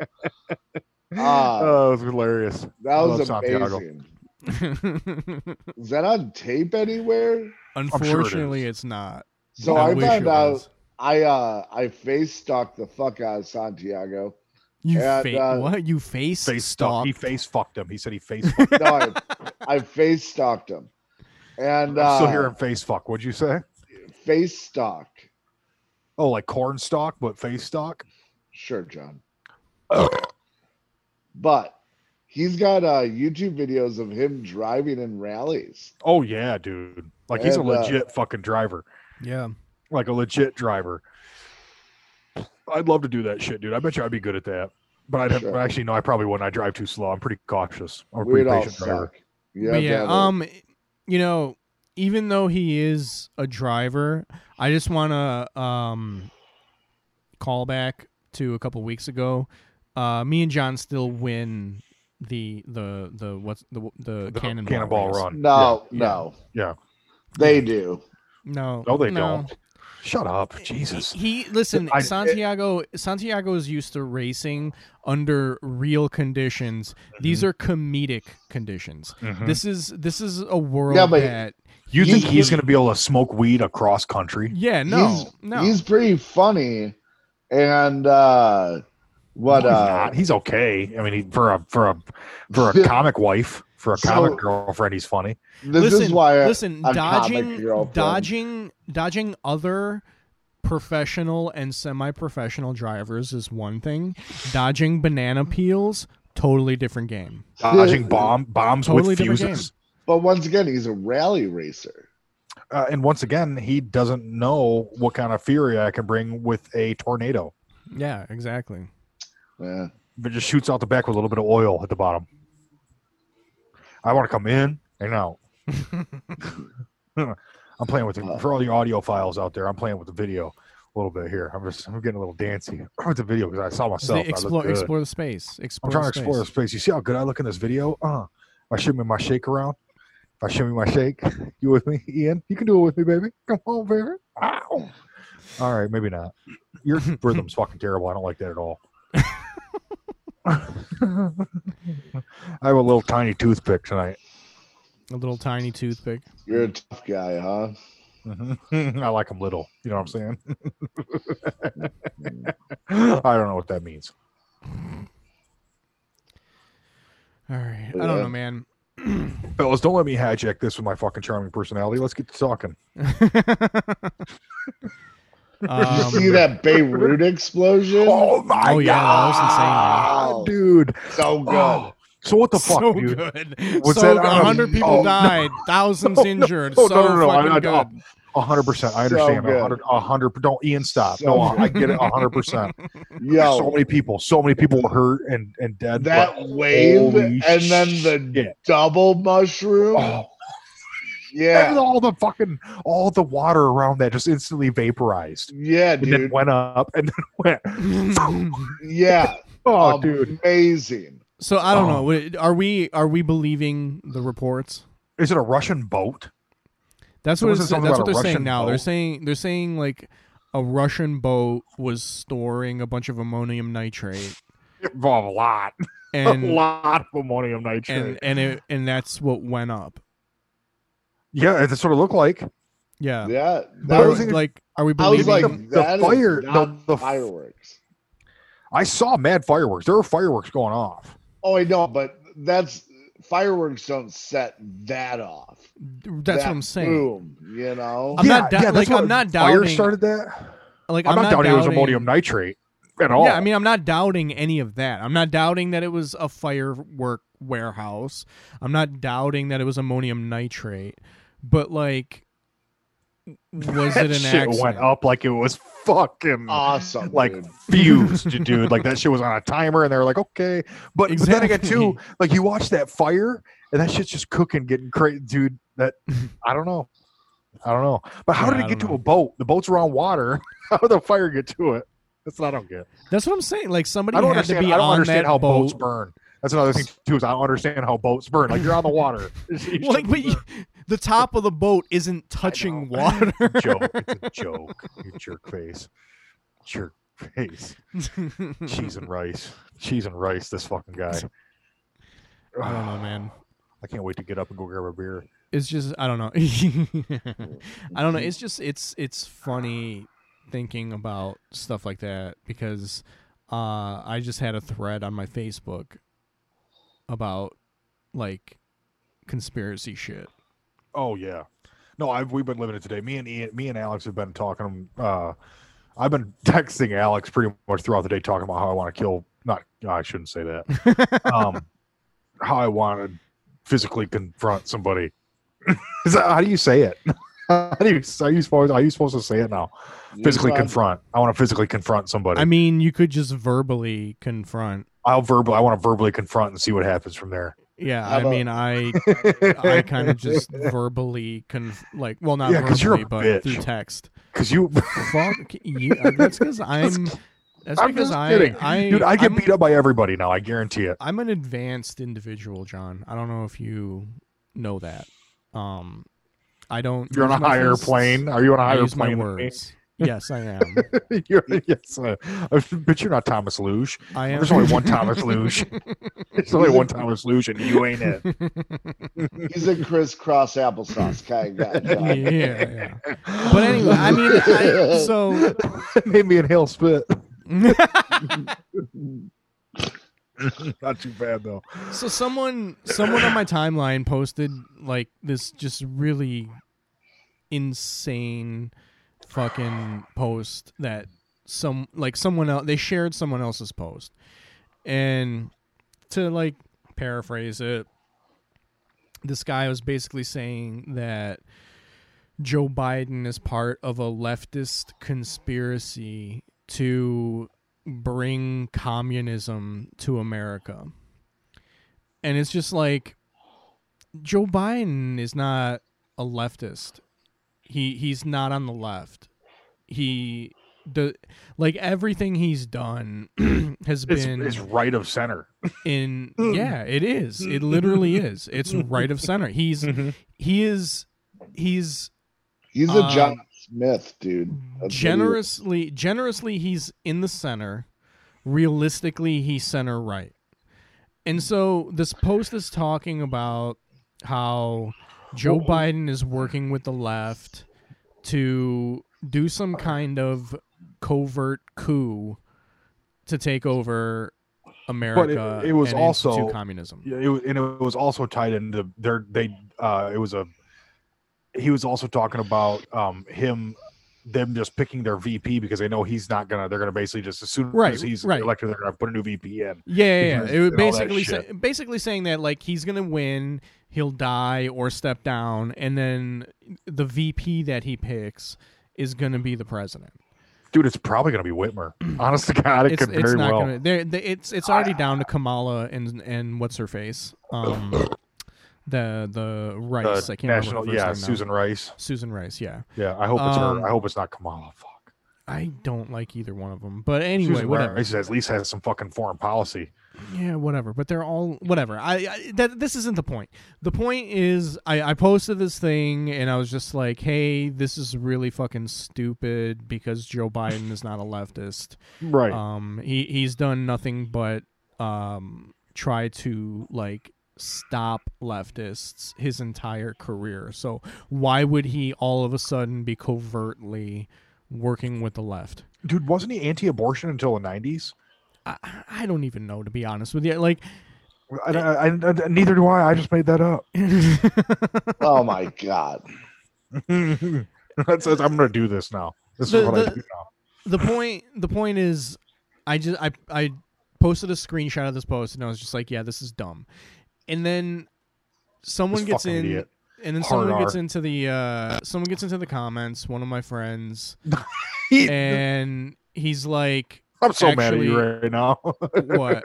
Speaker 2: Uh,
Speaker 3: oh, it was hilarious.
Speaker 4: That was
Speaker 3: Love Santiago.
Speaker 4: amazing. Is that on tape anywhere?
Speaker 2: unfortunately
Speaker 3: is.
Speaker 2: it's not
Speaker 4: So
Speaker 2: I
Speaker 4: I,
Speaker 2: wish
Speaker 4: found
Speaker 2: it
Speaker 4: out
Speaker 2: was.
Speaker 4: I uh I face stalked the fuck out of Santiago.
Speaker 2: you
Speaker 4: Yeah,
Speaker 2: fa-
Speaker 4: uh,
Speaker 2: what you face
Speaker 3: Face
Speaker 2: stalk
Speaker 3: stuff. He face fucked him. He said he face. Fucked him.
Speaker 4: No, I, I face stalked him. And uh
Speaker 3: I'm still hearing face fuck. What'd you say?
Speaker 4: face stalk.
Speaker 3: Oh, like corn stalk, but face stalk.
Speaker 4: Sure, John.
Speaker 3: Ugh.
Speaker 4: But he's got uh YouTube videos of him driving in rallies.
Speaker 3: Oh yeah, dude. Like he's a
Speaker 4: And, uh,
Speaker 3: legit fucking driver.
Speaker 2: yeah
Speaker 3: Like a legit driver. I'd love to do that shit, dude. I bet you I'd be good at that. But I'd have,
Speaker 4: Sure.
Speaker 3: but actually no, I probably wouldn't. I drive too slow. I'm pretty cautious. I'm a
Speaker 4: We'd
Speaker 3: pretty
Speaker 4: all
Speaker 3: patient
Speaker 4: suck.
Speaker 3: driver.
Speaker 4: Yeah,
Speaker 2: But yeah,
Speaker 4: that-
Speaker 2: um, you know, even though he is a driver, I just want to um, call back to a couple weeks ago. Uh, me and John still win the the the what's the the,
Speaker 3: The
Speaker 2: cannonball,
Speaker 3: cannonball
Speaker 2: race.
Speaker 3: run.
Speaker 4: No, no,
Speaker 3: Yeah.
Speaker 4: they do.
Speaker 2: No,
Speaker 3: No, they
Speaker 2: no.
Speaker 3: don't. Shut up, Jesus.
Speaker 2: He listen,
Speaker 3: I-
Speaker 2: Santiago Santiago is used to racing under real conditions.
Speaker 3: Mm-hmm.
Speaker 2: These are comedic conditions.
Speaker 3: Mhm.
Speaker 2: This is this is a world
Speaker 4: Yeah, but-
Speaker 2: that
Speaker 3: You
Speaker 4: He's
Speaker 3: think he's
Speaker 4: good.
Speaker 3: going to be able to smoke weed across country?
Speaker 2: Yeah, no.
Speaker 4: he's,
Speaker 2: no.
Speaker 4: he's pretty funny, and uh, what?
Speaker 3: No, he's,
Speaker 4: Uh,
Speaker 3: not. He's okay. I mean, he, for a for a for a comic wife, for a
Speaker 4: So-
Speaker 3: comic girlfriend, he's funny.
Speaker 4: this
Speaker 2: listen,
Speaker 4: is why.
Speaker 2: listen,
Speaker 4: a comic
Speaker 2: dodging
Speaker 4: girlfriend-
Speaker 2: dodging dodging other professional and semi-professional drivers is one thing. Dodging banana peels, totally different game.
Speaker 3: Dodging bomb bombs
Speaker 2: Totally
Speaker 3: with
Speaker 2: different
Speaker 3: fuses.
Speaker 4: But once again, he's a rally racer.
Speaker 3: Uh, and once again, he doesn't know what kind of fury I can bring with a tornado.
Speaker 2: Yeah, exactly.
Speaker 4: Yeah.
Speaker 3: It just shoots out the back with a little bit of oil at the bottom. I want to come in and out. I'm playing with the, for all your audio files out there. I'm playing with the video a little bit here. I'm just I'm getting a little dancy with the video because I saw
Speaker 2: They
Speaker 3: myself. I look
Speaker 2: explore
Speaker 3: good.
Speaker 2: explore the space.
Speaker 3: I'm
Speaker 2: Explore
Speaker 3: trying to
Speaker 2: the
Speaker 3: explore the
Speaker 2: space.
Speaker 3: space. You see how good I look in this video? Uh, I shimmy my shake around. I shimmy my shake. You with me, Ian? You can do it with me, baby. Come on, baby. Ow. All right, maybe not. Your rhythm's fucking terrible. I don't like that at all. I have a little tiny toothpick tonight.
Speaker 2: A little tiny toothpick.
Speaker 4: You're a
Speaker 3: Mm.
Speaker 4: tough guy, huh?
Speaker 3: Mhm. I like them little. You know what I'm saying? I don't know what that means.
Speaker 2: All right. I don't
Speaker 4: Yeah.
Speaker 2: know, man.
Speaker 3: Fellas, don't let me hijack this with my fucking charming personality. Let's get to talking.
Speaker 4: Did you
Speaker 2: Um,
Speaker 4: see that Beirut explosion?
Speaker 3: Oh my
Speaker 2: Oh, yeah, that was insane, man.
Speaker 3: god, dude!
Speaker 4: so good.
Speaker 3: Oh, so what the fuck,
Speaker 2: so
Speaker 3: dude?
Speaker 2: good.
Speaker 3: Was
Speaker 2: so
Speaker 3: that
Speaker 2: good.
Speaker 3: on a-
Speaker 2: 100 people
Speaker 3: oh, no.
Speaker 2: died, thousands
Speaker 3: No, no,
Speaker 2: injured.
Speaker 3: no,
Speaker 2: so
Speaker 3: no, no, no, I-
Speaker 2: fucking
Speaker 3: I-
Speaker 2: good.
Speaker 3: oh, A hundred percent. I
Speaker 4: So
Speaker 3: understand.
Speaker 4: good.
Speaker 3: A hundred. A hundred. Don't Ian stop.
Speaker 4: So
Speaker 3: no, I
Speaker 4: good.
Speaker 3: get it. A hundred percent.
Speaker 4: Yo,
Speaker 3: So many people. So many people were hurt and and dead.
Speaker 4: that
Speaker 3: but-
Speaker 4: wave
Speaker 3: holy
Speaker 4: and then the
Speaker 3: shit.
Speaker 4: double mushroom.
Speaker 3: Oh, and
Speaker 4: yeah.
Speaker 3: all the fucking all the water around that just instantly vaporized
Speaker 4: Yeah,
Speaker 3: and then
Speaker 4: dude.
Speaker 3: went up and then went.
Speaker 4: Yeah.
Speaker 3: Oh,
Speaker 4: Um,
Speaker 3: dude,
Speaker 4: Amazing.
Speaker 2: so I don't
Speaker 3: Oh.
Speaker 2: know. Wait, Are we are we believing the reports?
Speaker 3: is it a Russian boat?
Speaker 2: That's
Speaker 3: So
Speaker 2: what
Speaker 3: was it
Speaker 2: it's, that's
Speaker 3: something
Speaker 2: what
Speaker 3: about
Speaker 2: they're
Speaker 3: a
Speaker 2: saying
Speaker 3: Russian
Speaker 2: now. They're
Speaker 3: boat?
Speaker 2: saying they're saying like a Russian boat was storing a bunch of ammonium nitrate
Speaker 3: Well, a lot, a
Speaker 2: and
Speaker 3: lot of ammonium nitrate.
Speaker 2: and and it and that's what went up.
Speaker 3: yeah, that's what it looked like.
Speaker 2: Yeah.
Speaker 4: Yeah.
Speaker 3: That
Speaker 2: Are-
Speaker 3: was
Speaker 4: That,
Speaker 3: in-
Speaker 2: like are we
Speaker 4: I
Speaker 2: believing
Speaker 4: was like,
Speaker 3: the- the
Speaker 4: that is
Speaker 3: fire-
Speaker 4: not
Speaker 3: the- the f-
Speaker 4: fireworks.
Speaker 3: I saw mad fireworks. There were fireworks going off.
Speaker 4: Oh, I know, but that's fireworks don't set that off.
Speaker 2: that's what
Speaker 4: That
Speaker 2: I'm saying.
Speaker 4: Boom. You know?
Speaker 2: I'm not dou- like, I'm not
Speaker 3: fire
Speaker 2: doubting-
Speaker 3: started that.
Speaker 2: Like
Speaker 3: I'm, not, doubting, it was ammonium nitrate at all.
Speaker 2: Yeah, I mean, I'm not doubting any of that. I'm not doubting that it was a firework warehouse. I'm not doubting that it was ammonium nitrate. But like, was
Speaker 3: that
Speaker 2: it an
Speaker 3: shit
Speaker 2: accident?
Speaker 3: went up like it was fucking
Speaker 4: awesome.
Speaker 3: like
Speaker 4: dude.
Speaker 3: fused, dude. Like that shit was on a timer, and they were like, okay. But, but then again, too, like you watch that fire, and that shit's just cooking, getting crazy, dude. That I don't know. I don't know. But how
Speaker 2: Yeah,
Speaker 3: did
Speaker 2: I
Speaker 3: it get
Speaker 2: don't
Speaker 3: to
Speaker 2: know.
Speaker 3: a boat? The boat's were on water. How did the fire get to it? That's what I don't get.
Speaker 2: That's what I'm saying. Like somebody
Speaker 3: I don't
Speaker 2: had to
Speaker 3: understand.
Speaker 2: be
Speaker 3: I don't
Speaker 2: on
Speaker 3: understand
Speaker 2: that
Speaker 3: how
Speaker 2: boat.
Speaker 3: boats burn. That's another thing too. Is I don't understand how boats burn. Like you're on the water. You
Speaker 2: Well, like, but you- the top of the boat isn't touching
Speaker 3: know.
Speaker 2: water.
Speaker 3: shouldn't joke. It's a joke. You jerk face. Jerk face. Cheese and rice. Cheese and rice. This fucking guy.
Speaker 2: I don't know, man.
Speaker 3: I can't wait to get up and go grab a beer.
Speaker 2: It's just I don't know. I
Speaker 3: Mm-hmm.
Speaker 2: don't know. It's just it's it's funny thinking about stuff like that because uh, I just had a thread on my Facebook about like conspiracy shit.
Speaker 3: Oh yeah. No, I've we've been living it today. Me and Ian, me and Alex have been talking. Uh, I've been texting Alex pretty much throughout the day, talking about how I want to kill. Not, no, I shouldn't say that. um, how I want to physically confront somebody. Is that, how do you say it? how do you? Are you supposed? Are you supposed to say it now? Physically
Speaker 4: You're fine.
Speaker 3: confront. I want to physically confront somebody.
Speaker 2: I mean, you could just verbally confront.
Speaker 3: I'll verbal. I want to verbally confront and see what happens from there.
Speaker 2: Yeah,
Speaker 4: How
Speaker 2: I
Speaker 4: about-
Speaker 2: mean, I I kind of just verbally conf- like, well, not
Speaker 3: Yeah, 'cause you're
Speaker 2: verbally,
Speaker 3: a
Speaker 2: but
Speaker 3: bitch.
Speaker 2: through text.
Speaker 3: because you.
Speaker 2: Fuck you. That's because I'm. That's
Speaker 3: I'm
Speaker 2: because
Speaker 3: just
Speaker 2: I,
Speaker 3: kidding,
Speaker 2: I,
Speaker 3: dude. I get
Speaker 2: am
Speaker 3: beat up by everybody now. I guarantee it.
Speaker 2: I'm an advanced individual, John. I don't know if you know that. Um, I don't.
Speaker 3: You're on
Speaker 2: use
Speaker 3: a
Speaker 2: my
Speaker 3: higher
Speaker 2: fists.
Speaker 3: plane. Are you on a
Speaker 2: I
Speaker 3: higher
Speaker 2: use my
Speaker 3: plane? than me?
Speaker 2: words. Yes, I am.
Speaker 3: You're, yes, uh, but you're not Thomas Luge.
Speaker 2: I am.
Speaker 3: There's only one Thomas Luge. There's only one Thomas Luge, and you ain't it.
Speaker 4: He's a crisscross applesauce kind of guy.
Speaker 2: yeah,
Speaker 4: John.
Speaker 2: yeah. But anyway, I mean, I, so
Speaker 3: made me inhale spit. Not too bad though.
Speaker 2: so someone someone on my timeline posted like this just really insane fucking post that some like someone else they shared someone else's post and to like paraphrase it this guy was basically saying that Joe Biden is part of a leftist conspiracy to bring communism to America. And it's just like Joe Biden is not a leftist. He he's not on the left. He the like everything he's done has
Speaker 3: It's,
Speaker 2: been
Speaker 3: it's right of center.
Speaker 2: in
Speaker 3: Mm.
Speaker 2: yeah it is it literally is it's right of center he's
Speaker 3: Mm-hmm.
Speaker 2: he is he's
Speaker 4: He's a
Speaker 2: Um,
Speaker 4: John Smith, dude. That's what he-
Speaker 2: generously generously he's in the center realistically he's center right and so this post is talking about how joe biden is working with the left to do some kind of covert coup to take over america
Speaker 3: it was
Speaker 2: and
Speaker 3: also-
Speaker 2: institute communism
Speaker 3: Yeah, it, wa- and it was also tied into their they. Uh, it was a. He was also talking about um him, them just picking their VP because they know he's not gonna. They're gonna basically just as soon
Speaker 2: Right,
Speaker 3: as he's
Speaker 2: right.
Speaker 3: elected, they're gonna put a new VP in.
Speaker 2: Yeah, yeah,
Speaker 3: because-
Speaker 2: yeah. It was
Speaker 3: and all that
Speaker 2: basically sa-
Speaker 3: shit.
Speaker 2: basically saying that like he's gonna win, he'll die or step down, and then the VP that he picks is gonna be the president.
Speaker 3: Dude, it's probably gonna be Whitmer. Honest to God, it
Speaker 2: it's
Speaker 3: could
Speaker 2: it's
Speaker 3: very
Speaker 2: not
Speaker 3: well.
Speaker 2: gonna. They, they, it's it's already down to Kamala and and what's her face, um, the the Rice.
Speaker 3: The
Speaker 2: I can't
Speaker 3: national,
Speaker 2: remember. Her first name
Speaker 3: yeah,
Speaker 2: now.
Speaker 3: Susan Rice.
Speaker 2: Susan Rice. Yeah,
Speaker 3: Yeah, I hope it's
Speaker 2: Um,
Speaker 3: her. I hope it's not Kamala. Fuck.
Speaker 2: I don't like either one of them, but anyway,
Speaker 3: Susan
Speaker 2: whatever.
Speaker 3: Rice at least has some fucking foreign policy.
Speaker 2: Yeah, whatever. But they're all whatever. I, I that this isn't the point. The point is I, I posted this thing and I was just like, hey, this is really fucking stupid because Joe Biden is not a leftist.
Speaker 3: Right.
Speaker 2: Um, he he's done nothing but um try to like stop leftists his entire career. So why would he all of a sudden be covertly working with the left?
Speaker 3: Dude, wasn't he anti-abortion until the nineties?
Speaker 2: I, I don't even know to be honest with you. Like
Speaker 3: I, I- I- neither do I. I just made that up.
Speaker 4: Oh my god.
Speaker 3: That's- that's- I'm going to do this now. This
Speaker 2: The-
Speaker 3: is what I
Speaker 2: the-
Speaker 3: do now.
Speaker 2: the point the point is i just i i posted a screenshot of this post and i was just like yeah this is dumb and then someone
Speaker 3: This
Speaker 2: gets
Speaker 3: fucking
Speaker 2: in
Speaker 3: idiot.
Speaker 2: and then
Speaker 3: Hard
Speaker 2: someone
Speaker 3: R.
Speaker 2: gets into the uh someone gets into the comments one of my friends
Speaker 3: He-
Speaker 2: and he's like
Speaker 3: I'm so mad at you
Speaker 2: actually-
Speaker 3: right now.
Speaker 2: what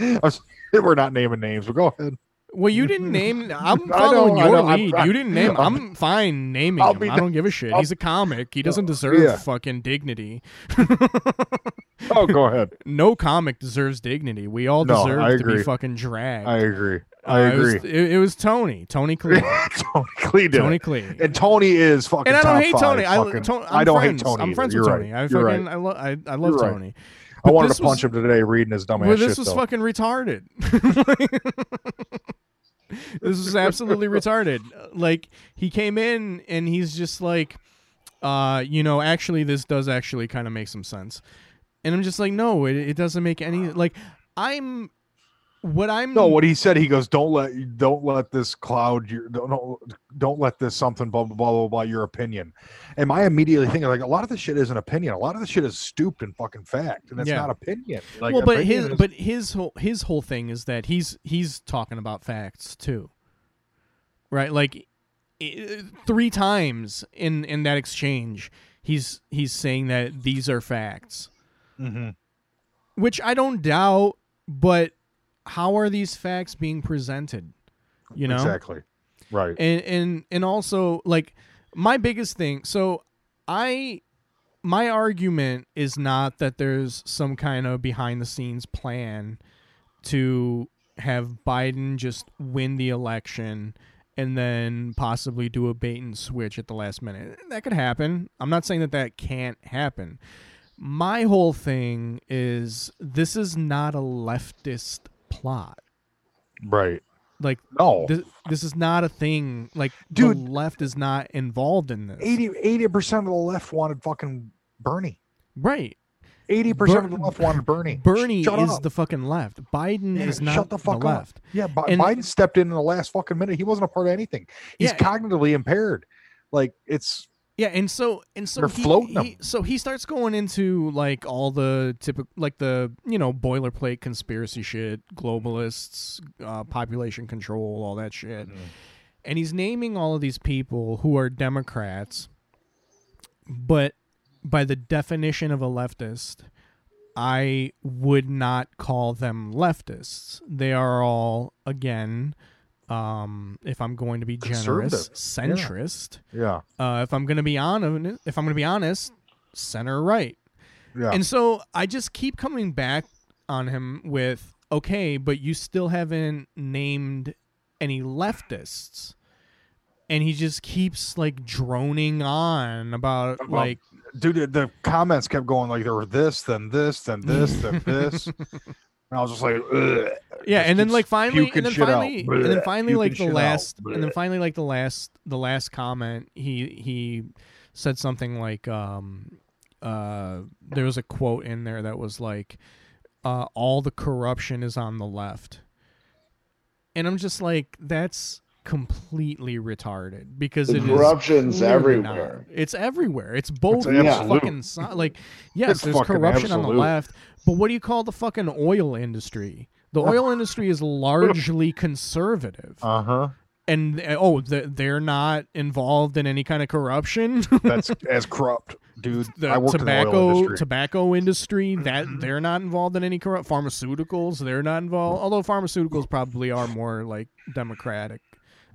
Speaker 3: I was- We're not naming names, but go ahead.
Speaker 2: well you didn't name i'm
Speaker 3: I know,
Speaker 2: following
Speaker 3: I
Speaker 2: your
Speaker 3: know, I'm
Speaker 2: lead
Speaker 3: try-
Speaker 2: you didn't name
Speaker 3: I'm-
Speaker 2: i'm fine naming
Speaker 3: I'll
Speaker 2: him
Speaker 3: be
Speaker 2: i don't give a shit
Speaker 3: I'll-
Speaker 2: he's a comic he doesn't deserve
Speaker 3: yeah.
Speaker 2: fucking dignity
Speaker 3: Oh, go ahead.
Speaker 2: no comic deserves dignity we all
Speaker 3: No,
Speaker 2: deserve
Speaker 3: I
Speaker 2: to
Speaker 3: agree.
Speaker 2: be fucking dragged
Speaker 3: I agree. I
Speaker 2: Uh,
Speaker 3: agree.
Speaker 2: It was, it, it was Tony. Tony Clee.
Speaker 3: Tony Clee did
Speaker 2: Tony
Speaker 3: it.
Speaker 2: Clee.
Speaker 3: And Tony is fucking.
Speaker 2: And I don't
Speaker 3: top
Speaker 2: hate
Speaker 3: five
Speaker 2: Tony. I,
Speaker 3: fucking-
Speaker 2: Tony I'm
Speaker 3: I don't
Speaker 2: friends.
Speaker 3: hate Tony.
Speaker 2: I'm
Speaker 3: either.
Speaker 2: friends
Speaker 3: You're
Speaker 2: with
Speaker 3: right.
Speaker 2: Tony. I
Speaker 3: You're
Speaker 2: fucking
Speaker 3: right.
Speaker 2: I, lo- I, I
Speaker 3: You're
Speaker 2: love
Speaker 3: right.
Speaker 2: Tony.
Speaker 3: I
Speaker 2: But
Speaker 3: wanted
Speaker 2: this
Speaker 3: to punch
Speaker 2: was-
Speaker 3: him today reading his dumbass
Speaker 2: Well, this
Speaker 3: shit.
Speaker 2: was
Speaker 3: though.
Speaker 2: fucking retarded. this was absolutely retarded. Like he came in and he's just like, uh, you know, actually, this does actually kind of make some sense. And I'm just like, no, it, it doesn't make any. Like, I'm what I'm.
Speaker 3: No, what he said, he goes, "Don't let, don't let this cloud your, don't, don't- don't let this something blah blah blah blah blah your opinion." And my immediately thinking, like, a lot of this shit isn't opinion. A lot of this shit is stooped and fucking fact, and it's
Speaker 2: Yeah.
Speaker 3: not opinion. Like,
Speaker 2: well, but
Speaker 3: opinion
Speaker 2: his
Speaker 3: is-
Speaker 2: but his whole his whole thing is that he's he's talking about facts too, right? Like i- three times in in that exchange, he's he's saying that these are facts,
Speaker 3: Mhm.
Speaker 2: which I don't doubt, but how are these facts being presented? You know,
Speaker 3: exactly. Right.
Speaker 2: and and and also like my biggest thing so i my argument is not that there's some kind of behind the scenes plan to have biden just win the election and then possibly do a bait and switch at the last minute that could happen i'm not saying that that can't happen my whole thing is this is not a leftist plot
Speaker 3: right.
Speaker 2: like
Speaker 3: No.
Speaker 2: this, this is not a thing. Like,
Speaker 3: Dude.
Speaker 2: the left is not involved in this.
Speaker 3: 80 percent of the left wanted fucking Bernie.
Speaker 2: Right.
Speaker 3: Eighty percent of the left wanted Bernie.
Speaker 2: Bernie
Speaker 3: Shut
Speaker 2: is
Speaker 3: up.
Speaker 2: the fucking left. Biden
Speaker 3: Yeah,
Speaker 2: is not
Speaker 3: shut the fuck up.
Speaker 2: left.
Speaker 3: yeah. Bi-
Speaker 2: and-
Speaker 3: Biden stepped in in the last fucking minute. He wasn't a part of anything. He's
Speaker 2: Yeah.
Speaker 3: cognitively impaired. Like it's
Speaker 2: Yeah, and so and so
Speaker 3: They're
Speaker 2: he,
Speaker 3: floating 'em.
Speaker 2: he- so he starts going into like all the typical like the you know boilerplate conspiracy shit, globalists, uh, population control, all that shit. and he's naming all of these people who are Democrats, but by the definition of a leftist, I would not call them leftists. They are all, again, um, if I'm going to be generous,
Speaker 3: Conservative.
Speaker 2: centrist.
Speaker 3: yeah,
Speaker 2: Uh, if I'm going to be honest, if I'm going to be honest, center right.
Speaker 3: yeah.
Speaker 2: And so I just keep coming back on him with, okay, but you still haven't named any leftists. And he just keeps like droning on about
Speaker 3: Well,
Speaker 2: like
Speaker 3: dude, the- the comments kept going like there were this, then this, then this, then this. And I was just like, Ugh.
Speaker 2: yeah,
Speaker 3: just
Speaker 2: and then
Speaker 3: keeps
Speaker 2: like finally,
Speaker 3: puking
Speaker 2: and then
Speaker 3: shit out.
Speaker 2: finally, and then
Speaker 3: Bleh,
Speaker 2: finally, like the
Speaker 3: puking shit out.
Speaker 2: last, and then
Speaker 3: Bleh.
Speaker 2: finally, like the last, the last comment, he he said something like, um, uh, there was a quote in there that was like, uh, all the corruption is on the left, and I'm just like, that's completely retarded because it is
Speaker 4: Corruption's
Speaker 2: clearly not.
Speaker 4: everywhere.
Speaker 2: It's everywhere. It's both
Speaker 3: It's
Speaker 2: yeah.
Speaker 3: absolute.
Speaker 2: fucking si- like yes,
Speaker 3: It's
Speaker 2: there's
Speaker 3: fucking
Speaker 2: corruption on the
Speaker 3: absolute.
Speaker 2: left, but what do you call the fucking oil industry? The oil industry is largely conservative,
Speaker 3: uh huh.
Speaker 2: and uh, oh, th- they're not involved in any kind of corruption.
Speaker 3: That's as corrupt, dude. I
Speaker 2: the
Speaker 3: worked in the oil
Speaker 2: tobacco
Speaker 3: industry.
Speaker 2: tobacco
Speaker 3: Mm-hmm.
Speaker 2: industry that they're not involved in any corrupt pharmaceuticals. They're not involved, although pharmaceuticals probably are more like democratic.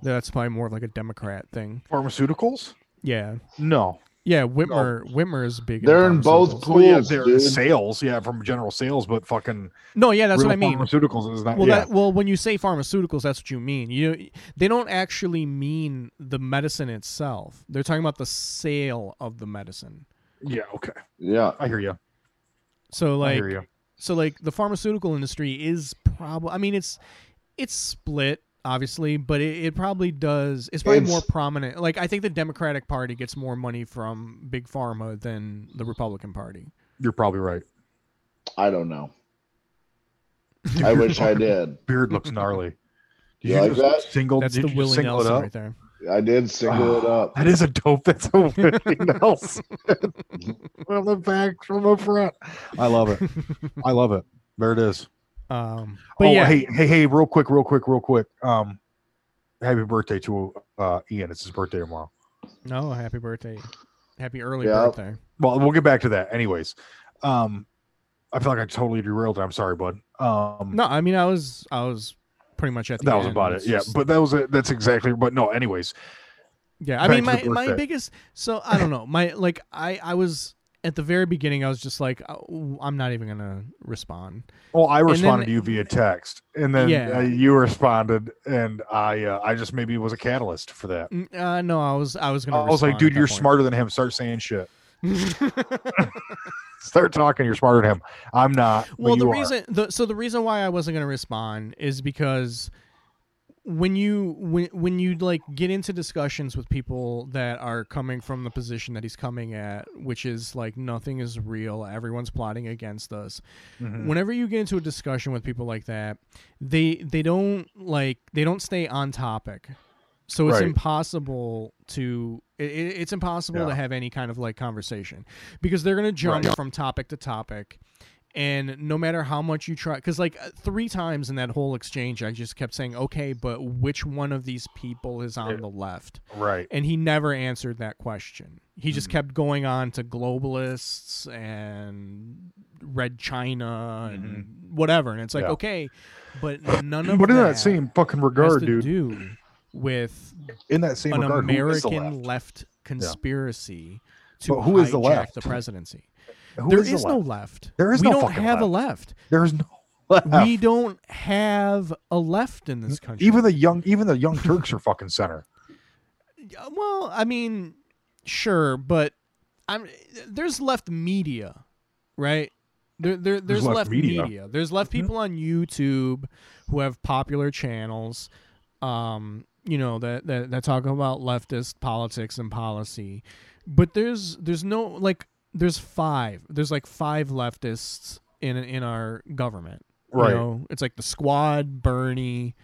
Speaker 2: That's probably more of like a Democrat thing.
Speaker 3: Pharmaceuticals?
Speaker 2: Yeah,
Speaker 3: No.
Speaker 2: yeah. Whitmer,
Speaker 3: Oh.
Speaker 2: Whitmer is big.
Speaker 4: They're in both
Speaker 2: pharmaceuticals.
Speaker 3: Well, yeah,
Speaker 4: pools,
Speaker 3: they're
Speaker 4: dude.
Speaker 3: sales, yeah, from general sales, but fucking
Speaker 2: No, yeah, that's
Speaker 3: real
Speaker 2: what I mean.
Speaker 3: Pharmaceuticals is not.
Speaker 2: Well,
Speaker 3: yeah,
Speaker 2: that, well, when you say pharmaceuticals, that's what you mean. You they don't actually mean the medicine itself. They're talking about the sale of the medicine.
Speaker 3: yeah, okay.
Speaker 4: Yeah.
Speaker 3: I hear you.
Speaker 2: So
Speaker 3: I
Speaker 2: like
Speaker 3: hear you.
Speaker 2: so like the pharmaceutical industry is probably. I mean, it's it's split obviously, but it, it probably does. It's probably
Speaker 4: It's-
Speaker 2: more prominent. Like I think the Democratic Party gets more money from big pharma than the Republican Party.
Speaker 3: You're probably right.
Speaker 4: I don't know. I wish I did.
Speaker 3: Beard looks gnarly. Did
Speaker 4: You like that?
Speaker 3: Single,
Speaker 2: That's
Speaker 3: did
Speaker 2: the
Speaker 3: you
Speaker 2: Willie
Speaker 3: single
Speaker 2: Nelson
Speaker 3: it up?
Speaker 2: right there.
Speaker 4: I did single it up.
Speaker 3: That is a dope. That's a Willie Nelson from the back, from the front. I love it. I love it. There it is.
Speaker 2: Um, but
Speaker 3: oh,
Speaker 2: yeah,
Speaker 3: hey, hey, hey! Real quick, real quick, real quick. Um, happy birthday to uh Ian. It's his birthday tomorrow.
Speaker 2: no, happy birthday, happy early
Speaker 4: Yeah.
Speaker 2: birthday.
Speaker 3: Well, we'll get back to that. Anyways, um, I feel like I totally derailed. it. I'm sorry, bud. Um,
Speaker 2: No, I mean I was I was pretty much at the
Speaker 3: that was
Speaker 2: end.
Speaker 3: about
Speaker 2: It's
Speaker 3: it. Yeah,
Speaker 2: just-
Speaker 3: but that was it. That's exactly. But no, anyways,
Speaker 2: yeah. I
Speaker 3: back
Speaker 2: mean
Speaker 3: to
Speaker 2: my
Speaker 3: the
Speaker 2: my
Speaker 3: birthday.
Speaker 2: biggest so I don't know my like I I was at the very beginning I was just like oh, I'm not even gonna respond.
Speaker 3: well, I
Speaker 2: then-
Speaker 3: responded to you via text, and then
Speaker 2: Yeah.
Speaker 3: uh, you responded, and I, uh, I just maybe was a catalyst for that.
Speaker 2: N- Uh, no, I was I was gonna.
Speaker 3: I was like,
Speaker 2: respond
Speaker 3: dude,
Speaker 2: at
Speaker 3: you're
Speaker 2: that
Speaker 3: smarter than him. Start saying shit.
Speaker 2: point.
Speaker 3: Start talking. You're smarter than him. I'm not. but
Speaker 2: well, the
Speaker 3: you are.
Speaker 2: reason the so the reason why I wasn't gonna respond is because when you when when you like get into discussions with people that are coming from the position that he's coming at, which is like nothing is real, everyone's plotting against us.
Speaker 3: Mhm.
Speaker 2: whenever you get into a discussion with people like that they they don't like they don't stay on topic so it's
Speaker 3: Right.
Speaker 2: impossible to it, it- it's impossible
Speaker 3: Yeah.
Speaker 2: to have any kind of like conversation because they're going to jump
Speaker 3: Right.
Speaker 2: from topic to topic and no matter how much you try because like uh, three times in that whole exchange i just kept saying okay but which one of these people is on
Speaker 3: Yeah.
Speaker 2: the left
Speaker 3: Right.
Speaker 2: and he never answered that question he just
Speaker 3: Mm-hmm.
Speaker 2: kept going on to globalists and red china and whatever and it's like
Speaker 3: Mm-hmm. Yeah.
Speaker 2: okay but none of
Speaker 3: But in
Speaker 2: that,
Speaker 3: that same fucking
Speaker 2: has
Speaker 3: regard,
Speaker 2: to
Speaker 3: dude,
Speaker 2: do with
Speaker 3: in that same
Speaker 2: an
Speaker 3: regard, who is the
Speaker 2: American
Speaker 3: left?
Speaker 2: left conspiracy to
Speaker 3: But who is the
Speaker 2: hijack
Speaker 3: left?
Speaker 2: the presidency.
Speaker 3: Who
Speaker 2: there
Speaker 3: is
Speaker 2: is,
Speaker 3: the
Speaker 2: no
Speaker 3: left?
Speaker 2: left.
Speaker 3: There is
Speaker 2: we
Speaker 3: no
Speaker 2: don't
Speaker 3: fucking
Speaker 2: have a left.
Speaker 3: There's no left.
Speaker 2: We don't have a left in this country.
Speaker 3: even the young, even the young Turks are fucking center.
Speaker 2: Yeah, well, I mean, sure, but I'm there's left media, right? There, there there's, left, media. Mm-hmm. There's left people on YouTube who have popular channels, um, you know that, that that talk about leftist politics and policy, but there's there's no like there's five there's like five leftists in in our government. you
Speaker 3: Right.
Speaker 2: know? it's like the squad, Bernie,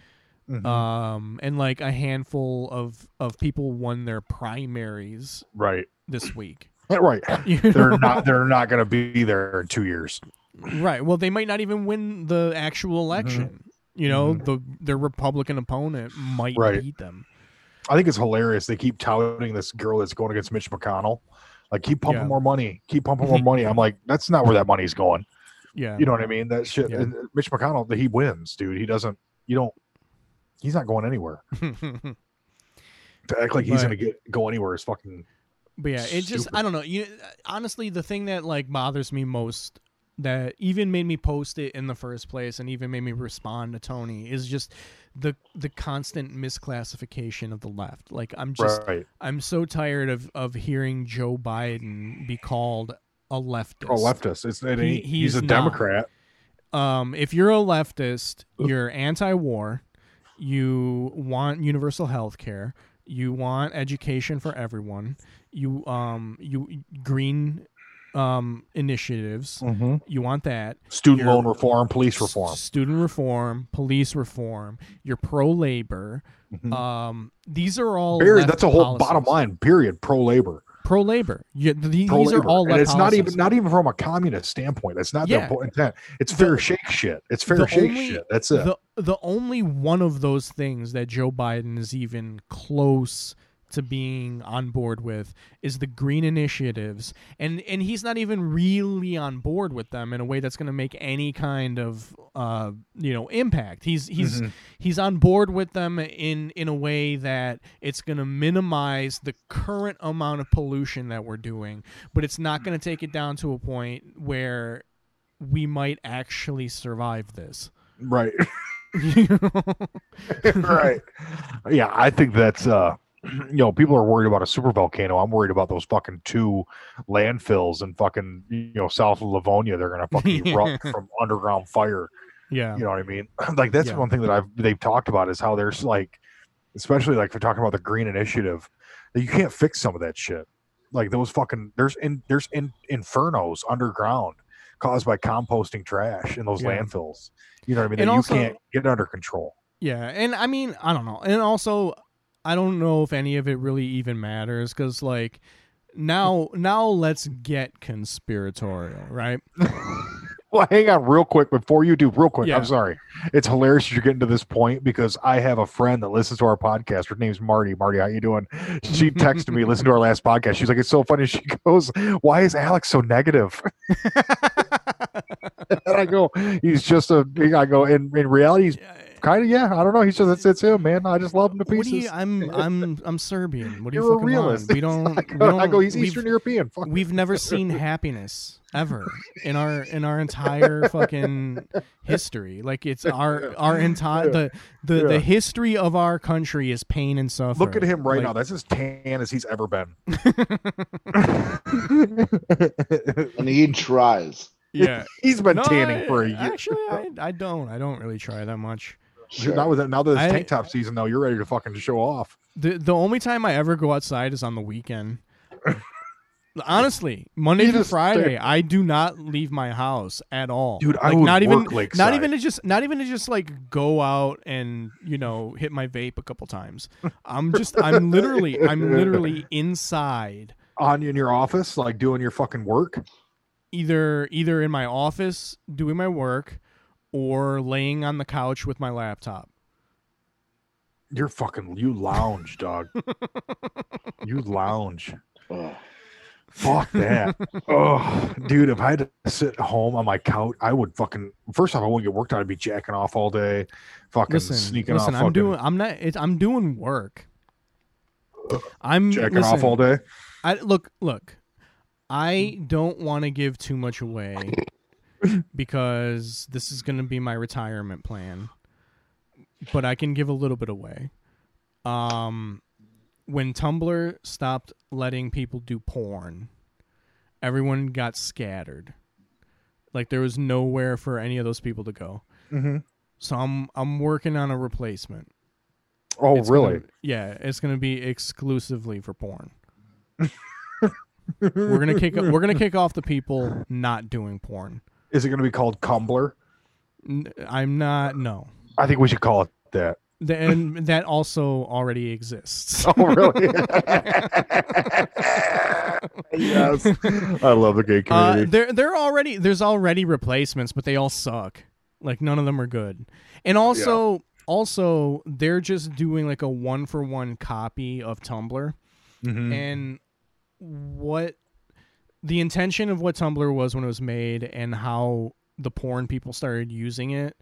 Speaker 3: Mhm.
Speaker 2: um, and like a handful of of people won their primaries
Speaker 3: right.
Speaker 2: this week.
Speaker 3: Yeah, Right.
Speaker 2: You know?
Speaker 3: They're not. They're not going to be there in two years.
Speaker 2: right. Well, they might not even win the actual
Speaker 3: Mm-hmm.
Speaker 2: election. You know, the their Republican opponent might
Speaker 3: Right.
Speaker 2: beat them.
Speaker 3: I think it's hilarious. They keep touting this girl that's going against Mitch McConnell. Like, keep pumping
Speaker 2: Yeah.
Speaker 3: more money. Keep pumping more money. I'm like, that's not where that money's going.
Speaker 2: Yeah.
Speaker 3: You know what I mean? That shit.
Speaker 2: Yeah.
Speaker 3: and uh, Mitch McConnell, he wins, dude. He doesn't. You don't. He's not going anywhere. To act like he's
Speaker 2: Right.
Speaker 3: going to get go anywhere is fucking.
Speaker 2: But yeah, it just
Speaker 3: Stupid.
Speaker 2: I don't know. You honestly, the thing that like bothers me most that even made me post it in the first place and even made me respond to Tony is just the the constant misclassification of the left. Like I'm just
Speaker 3: right.
Speaker 2: I'm so tired of of hearing Joe Biden be called a leftist.
Speaker 3: A Oh, leftist. It's, it
Speaker 2: He-
Speaker 3: ain't, he's,
Speaker 2: he's
Speaker 3: a
Speaker 2: not.
Speaker 3: Democrat.
Speaker 2: Um, if you're a leftist, you're anti-war. You want universal health care. You want education for everyone. You um you green um initiatives. You want that
Speaker 3: Student
Speaker 2: You're-
Speaker 3: loan reform, police reform.
Speaker 2: S- student reform, police reform. You're pro labor.
Speaker 3: Mhm.
Speaker 2: Um, these are all
Speaker 3: Period.
Speaker 2: left
Speaker 3: That's a whole
Speaker 2: policies.
Speaker 3: bottom line. Period. Pro labor.
Speaker 2: Pro labor. Yeah, th- these
Speaker 3: pro-labor.
Speaker 2: are all left
Speaker 3: and it's not
Speaker 2: policies.
Speaker 3: even not even from a communist standpoint. That's not
Speaker 2: Yeah.
Speaker 3: their po- intent. It's fair shake shit. It's fair
Speaker 2: the
Speaker 3: shake
Speaker 2: only-
Speaker 3: shit. That's it.
Speaker 2: the the only one of those things that Joe Biden is even close to being on board with is the green initiatives and and he's not even really on board with them in a way that's going to make any kind of uh you know impact he's he's he's on board with them in in a way that it's going to minimize the current amount of pollution that we're doing but it's not going to take it down to a point where we might actually survive this
Speaker 3: right.
Speaker 2: you know?
Speaker 3: right. Yeah, I think that's uh you know, people are worried about a super volcano. I'm worried about those fucking two landfills in fucking you know, south of Livonia. They're gonna fucking erupt from underground fire.
Speaker 2: yeah.
Speaker 3: You know what I mean? Like that's
Speaker 2: Yeah.
Speaker 3: one thing that I've they've talked about is how there's like, especially like for talking about the green initiative, that you can't fix some of that shit. Like those fucking there's in there's in infernos underground caused by composting trash in those
Speaker 2: Yeah.
Speaker 3: landfills. You know what I mean?
Speaker 2: And
Speaker 3: that
Speaker 2: also-
Speaker 3: you can't get under control.
Speaker 2: Yeah. And I mean, I don't know. And also, I don't know if any of it really even matters because, like, now, now let's get conspiratorial, right?
Speaker 3: Well, hang on real quick before you do, real quick.
Speaker 2: Yeah.
Speaker 3: I'm sorry. It's hilarious you're getting to this point because I have a friend that listens to our podcast. Her name's Marty. Marty, how you doing? She texted me, listened to our last podcast. She's like, it's so funny. She goes, Why is Alex so negative? and I go, he's just a I go, in, in reality, he's kind of yeah. I don't know. He's just it's, it's him, man. I just love him to
Speaker 2: What do
Speaker 3: pieces.
Speaker 2: you? I'm I'm I'm Serbian. What do you
Speaker 3: You're a
Speaker 2: fucking want?
Speaker 3: realist.
Speaker 2: We don't.
Speaker 3: I
Speaker 2: we
Speaker 3: go, I
Speaker 2: don't-
Speaker 3: go, he's
Speaker 2: we've-
Speaker 3: Eastern European. Fuck.
Speaker 2: We've never seen happiness ever in our in our entire fucking history. Like it's our our entire the the,
Speaker 3: Yeah.
Speaker 2: the history of our country is pain and suffering.
Speaker 3: Look at him right
Speaker 2: Like,
Speaker 3: now. That's as tan as he's ever been.
Speaker 4: and he tries.
Speaker 2: Yeah,
Speaker 3: he's been
Speaker 2: No,
Speaker 3: tanning
Speaker 2: I-
Speaker 3: for a year.
Speaker 2: Actually, I, I don't. I don't really try that much.
Speaker 4: Sure.
Speaker 3: Now that now that it's
Speaker 2: I-
Speaker 3: tank top season, though, you're ready to fucking show off.
Speaker 2: The the only time I ever go outside is on the weekend. Honestly, Monday
Speaker 3: You
Speaker 2: through
Speaker 3: just stay-
Speaker 2: Friday, I do not leave my house at all.
Speaker 3: Dude, I
Speaker 2: Like,
Speaker 3: would
Speaker 2: not even
Speaker 3: work lakeside.
Speaker 2: not even to just not even to just like go out and you know hit my vape a couple times. I'm just I'm literally I'm literally inside.
Speaker 3: on in your office, like doing your fucking work.
Speaker 2: either either in my office doing my work or laying on the couch with my laptop.
Speaker 3: You're fucking you lounge, dog. you lounge.
Speaker 4: Ugh.
Speaker 3: Fuck that. oh, dude, if I had to sit home on my couch, I would fucking first off, I wouldn't get worked out. I'd be jacking off all day, fucking
Speaker 2: Listen,
Speaker 3: sneaking
Speaker 2: listen,
Speaker 3: off,
Speaker 2: I'm
Speaker 3: fucking
Speaker 2: doing I'm not it's, I'm doing work. I'm
Speaker 3: jacking
Speaker 2: listen,
Speaker 3: off all day.
Speaker 2: I look, look. I don't want to give too much away because this is going to be my retirement plan. But I can give a little bit away. Um when Tumblr stopped letting people do porn, everyone got scattered. Like there was nowhere for any of those people to go.
Speaker 3: Mm-hmm.
Speaker 2: So I'm I'm working on a replacement.
Speaker 3: Oh,
Speaker 2: It's
Speaker 3: really?
Speaker 2: gonna- yeah, it's gonna be exclusively for porn. we're gonna kick we're gonna kick off the people not doing porn.
Speaker 3: Is it going to be called Cumbler?
Speaker 2: N- I'm not no,
Speaker 3: I think we should call it that.
Speaker 2: Th- and that also already exists.
Speaker 3: Oh, really? yes. I love the gay
Speaker 2: Uh,
Speaker 3: community.
Speaker 2: there there already there's already replacements, but they all suck. Like none of them are good. And also also they're just doing like a one for one copy of Tumblr. mm-hmm.
Speaker 3: Mhm.
Speaker 2: and what the intention of what Tumblr was when it was made and how the porn people started using it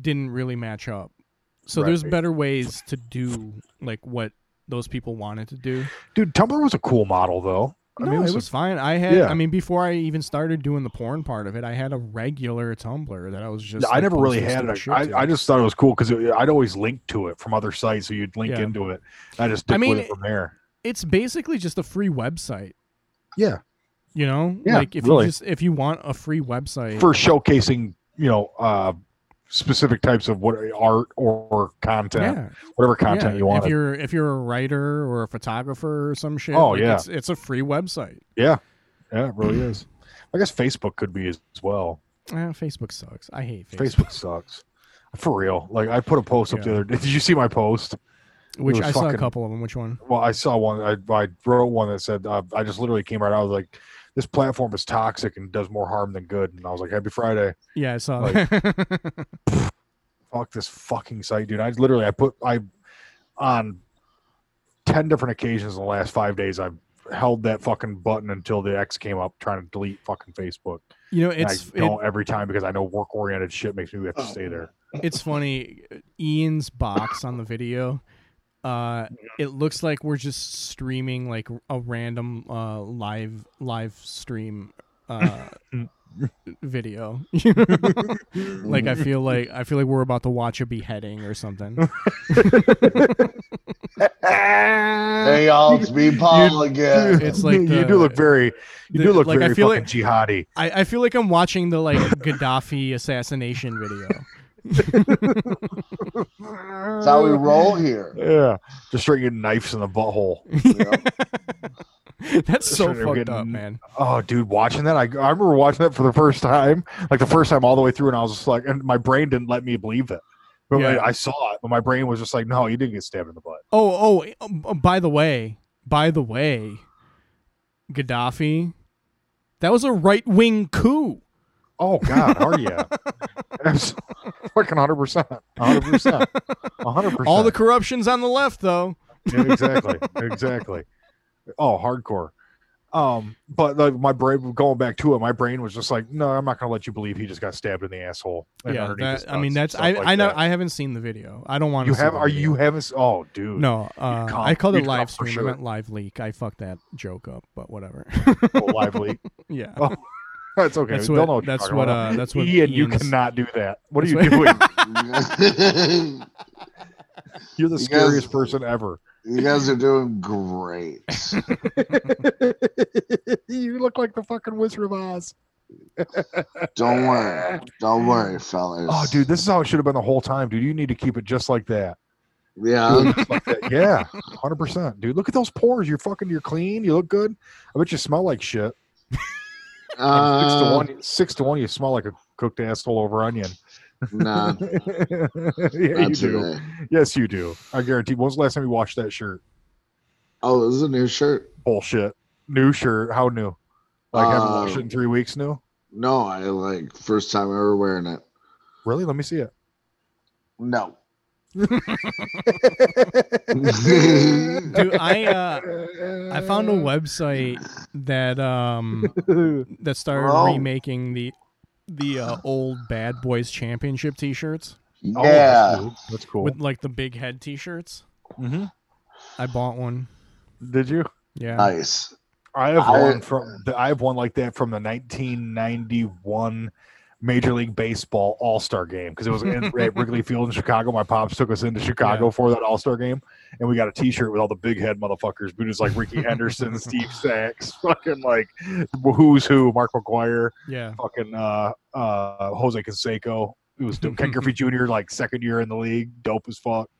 Speaker 2: didn't really match up. So there's
Speaker 3: Right.
Speaker 2: better ways to do like what those people wanted to do.
Speaker 3: Dude, Tumblr was a cool model, though.
Speaker 2: no, it
Speaker 3: it
Speaker 2: was,
Speaker 3: was
Speaker 2: fine. I had
Speaker 3: Yeah.
Speaker 2: I mean before I even started doing the porn part of it, I had a regular Tumblr that I was just
Speaker 3: I
Speaker 2: like,
Speaker 3: never really
Speaker 2: posting stupid
Speaker 3: had it.
Speaker 2: shit
Speaker 3: I,
Speaker 2: to.
Speaker 3: I just thought it was cool because I'd always link to it from other sites, so you'd link
Speaker 2: Yeah.
Speaker 3: into it. I just
Speaker 2: I
Speaker 3: dipped
Speaker 2: mean,
Speaker 3: with it from there.
Speaker 2: it's basically just a free website,
Speaker 3: Yeah,
Speaker 2: you know?
Speaker 3: Yeah,
Speaker 2: like if
Speaker 3: really.
Speaker 2: you just if you want a free website
Speaker 3: for showcasing, you know, uh, specific types of what art or content,
Speaker 2: yeah,
Speaker 3: whatever content
Speaker 2: Yeah,
Speaker 3: you want.
Speaker 2: If you're if you're a writer or a photographer or some shit,
Speaker 3: Oh,
Speaker 2: like,
Speaker 3: yeah.
Speaker 2: it's, it's a free website.
Speaker 3: Yeah, it really is. I guess Facebook could be as well.
Speaker 2: Eh, Facebook sucks. I hate Facebook,
Speaker 3: Facebook sucks. For real. Like I put a post up the
Speaker 2: Yeah.
Speaker 3: other day. Did you see my post?
Speaker 2: which
Speaker 3: it was
Speaker 2: I saw a
Speaker 3: fucking-
Speaker 2: couple of them. Which one?
Speaker 3: Well, I saw one. I, I wrote one that said, uh, I just literally came right out. I was like, this platform is toxic and does more harm than good. And I was like, happy Friday.
Speaker 2: Yeah, I saw.
Speaker 3: Like-
Speaker 2: that.
Speaker 3: Fuck this fucking site, dude. I literally, I put, I, on 10 different occasions in the last five days, I've held that fucking button until the X came up trying to delete fucking Facebook.
Speaker 2: you know,
Speaker 3: And
Speaker 2: it's
Speaker 3: I
Speaker 2: it-
Speaker 3: don't every time because I know work oriented shit makes me have to stay there.
Speaker 2: it's funny. Ian's box on the video. Uh, it looks like we're just streaming like a random uh live live stream uh video. like I feel like I feel like we're about to watch a beheading or something.
Speaker 4: Hey, y'all, it's me, Paul again.
Speaker 2: It's like
Speaker 3: you
Speaker 2: the-
Speaker 3: do look very, you
Speaker 2: the-
Speaker 3: do look
Speaker 2: like, I
Speaker 3: very
Speaker 2: feel
Speaker 3: fucking jihadi.
Speaker 2: I, I feel like I'm watching the like Gaddafi assassination video.
Speaker 4: That's how we roll here.
Speaker 3: Yeah, just straight getting knives in the butthole.
Speaker 4: Yep.
Speaker 2: That's so
Speaker 3: Sure, we're
Speaker 2: fucked
Speaker 3: getting-
Speaker 2: up, man.
Speaker 3: Oh, dude, watching that, I, I remember watching that for the first time, like the first time all the way through, and I was just like, and my brain didn't let me believe it. But
Speaker 2: Yeah.
Speaker 3: I, I saw it, but my brain was just like, no, you didn't get stabbed in the butt.
Speaker 2: Oh, oh, um, uh, by the way, by the way, Gaddafi, that was a right wing coup.
Speaker 3: Oh God, are you? Fucking hundred percent, hundred percent, hundred percent.
Speaker 2: All the corruption's on the left, though.
Speaker 3: Yeah, exactly exactly oh hardcore um but like my brain going back to it my brain was just like no i'm not gonna let you believe he just got stabbed in the asshole and
Speaker 2: yeah,
Speaker 3: underneath his
Speaker 2: that, I mean
Speaker 3: nuts
Speaker 2: that's
Speaker 3: and
Speaker 2: I
Speaker 3: stuff
Speaker 2: I
Speaker 3: like
Speaker 2: know
Speaker 3: that.
Speaker 2: I haven't seen the video. I don't want to.
Speaker 3: you have are you haven't s- oh dude
Speaker 2: No, uh,
Speaker 3: come-
Speaker 2: I called it
Speaker 3: you'd come
Speaker 2: live
Speaker 3: for
Speaker 2: stream.
Speaker 3: sure.
Speaker 2: I meant live leak. I fucked that joke up, but whatever.
Speaker 3: Well, lively
Speaker 2: yeah.
Speaker 3: Oh, that's okay
Speaker 2: That's
Speaker 3: They'll
Speaker 2: what-
Speaker 3: know you're
Speaker 2: that's
Speaker 3: talking
Speaker 2: what,
Speaker 3: about.
Speaker 2: uh, that's what
Speaker 3: ian you
Speaker 2: Ian's-
Speaker 3: cannot do that what are
Speaker 2: That's
Speaker 3: you
Speaker 2: what-
Speaker 3: doing you're the
Speaker 4: You guys-
Speaker 3: scariest person ever
Speaker 4: you guys are doing great.
Speaker 3: you look like the fucking wizard of oz
Speaker 4: Don't worry. Don't worry, fellas.
Speaker 3: oh dude this is how it should have been the whole time dude you need to keep it just like that
Speaker 4: Yeah.
Speaker 3: yeah, hundred percent, dude. Look at those pores. You're fucking. You're clean. You look good. I bet you smell like shit. And six to
Speaker 4: Uh,
Speaker 3: one. Six to one. You smell like a cooked asshole over onion.
Speaker 4: nah,
Speaker 3: yeah, you do.
Speaker 4: not today.
Speaker 3: Yes, you do. I guarantee. When was the last time you washed that shirt?
Speaker 4: Oh, this is a new shirt.
Speaker 3: Bullshit. New shirt. How new? Like, haven't
Speaker 4: Uh,
Speaker 3: washed it in three weeks now.
Speaker 4: No, I like first time ever wearing it.
Speaker 3: Really? Let me see it.
Speaker 4: No.
Speaker 2: Dude, I uh,
Speaker 3: Oh,
Speaker 2: I found a website that um that started
Speaker 4: Oh.
Speaker 2: remaking the the uh, old Bad Boys Championship T-shirts
Speaker 3: Oh, that's
Speaker 4: Yeah.
Speaker 3: cool. That's cool.
Speaker 2: with like the big head T-shirts.
Speaker 3: Mhm.
Speaker 2: I bought one.
Speaker 3: Did you?
Speaker 2: Yeah,
Speaker 4: Nice.
Speaker 3: I have
Speaker 4: I-
Speaker 3: one from I have one like that from the 1991 Major League Baseball All Star Game because it was in, at Wrigley Field in Chicago. My pops took us into Chicago for that All Star Game, and we got a T-shirt with all the big head motherfuckers, dudes like Ricky Henderson, Steve Sachs, fucking like who's who, Mark McGuire,
Speaker 2: yeah.
Speaker 3: fucking uh, uh, Jose Canseco. It was dope. Ken Griffey Jr. like second year in the league, dope as fuck.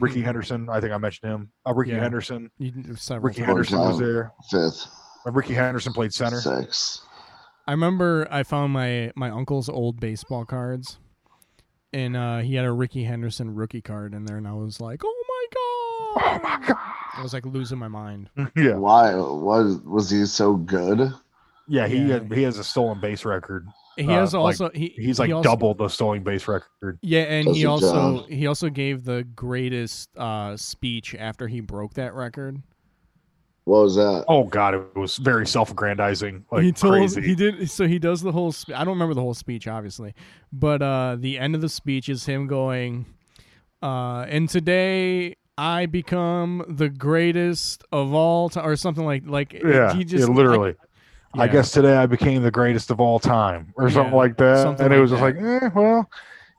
Speaker 3: Ricky Henderson, I think I mentioned him. Uh, Ricky
Speaker 2: Mm-hmm. Yeah.
Speaker 3: Henderson,
Speaker 2: You can do several
Speaker 3: Ricky
Speaker 2: times.
Speaker 3: Henderson was there.
Speaker 4: Fifth.
Speaker 3: Uh, Ricky Henderson played center.
Speaker 4: Six.
Speaker 2: I remember I found my my uncle's old baseball cards, and uh, he had a Ricky Henderson rookie card in there, and I was like, "Oh my god!"
Speaker 3: god!
Speaker 2: I was like losing my mind.
Speaker 3: Yeah,
Speaker 4: Why was was he so good?
Speaker 3: yeah. He
Speaker 2: Yeah.
Speaker 3: Had, he has a stolen base record.
Speaker 2: He
Speaker 3: Uh,
Speaker 2: has
Speaker 3: like,
Speaker 2: also he
Speaker 3: He's
Speaker 2: he
Speaker 3: like
Speaker 2: also-
Speaker 3: double the stolen base record.
Speaker 2: Yeah, and
Speaker 4: Does
Speaker 2: he
Speaker 4: the
Speaker 2: also he also gave the greatest uh, speech after he broke that record.
Speaker 4: What was that?
Speaker 3: Oh god, it was very self-aggrandizing. Like
Speaker 2: he told
Speaker 3: crazy.
Speaker 2: he did so he does the whole. Spe- I don't remember the whole speech, obviously, but uh, the end of the speech is him going, uh, and today I become the greatest of all time, or something like like
Speaker 3: yeah,
Speaker 2: he just
Speaker 3: yeah, literally.
Speaker 2: like-
Speaker 3: I
Speaker 2: yeah.
Speaker 3: guess today I became the greatest of all time, or something
Speaker 2: Yeah,
Speaker 3: like that.
Speaker 2: something
Speaker 3: and it
Speaker 2: like
Speaker 3: was just like, eh, well,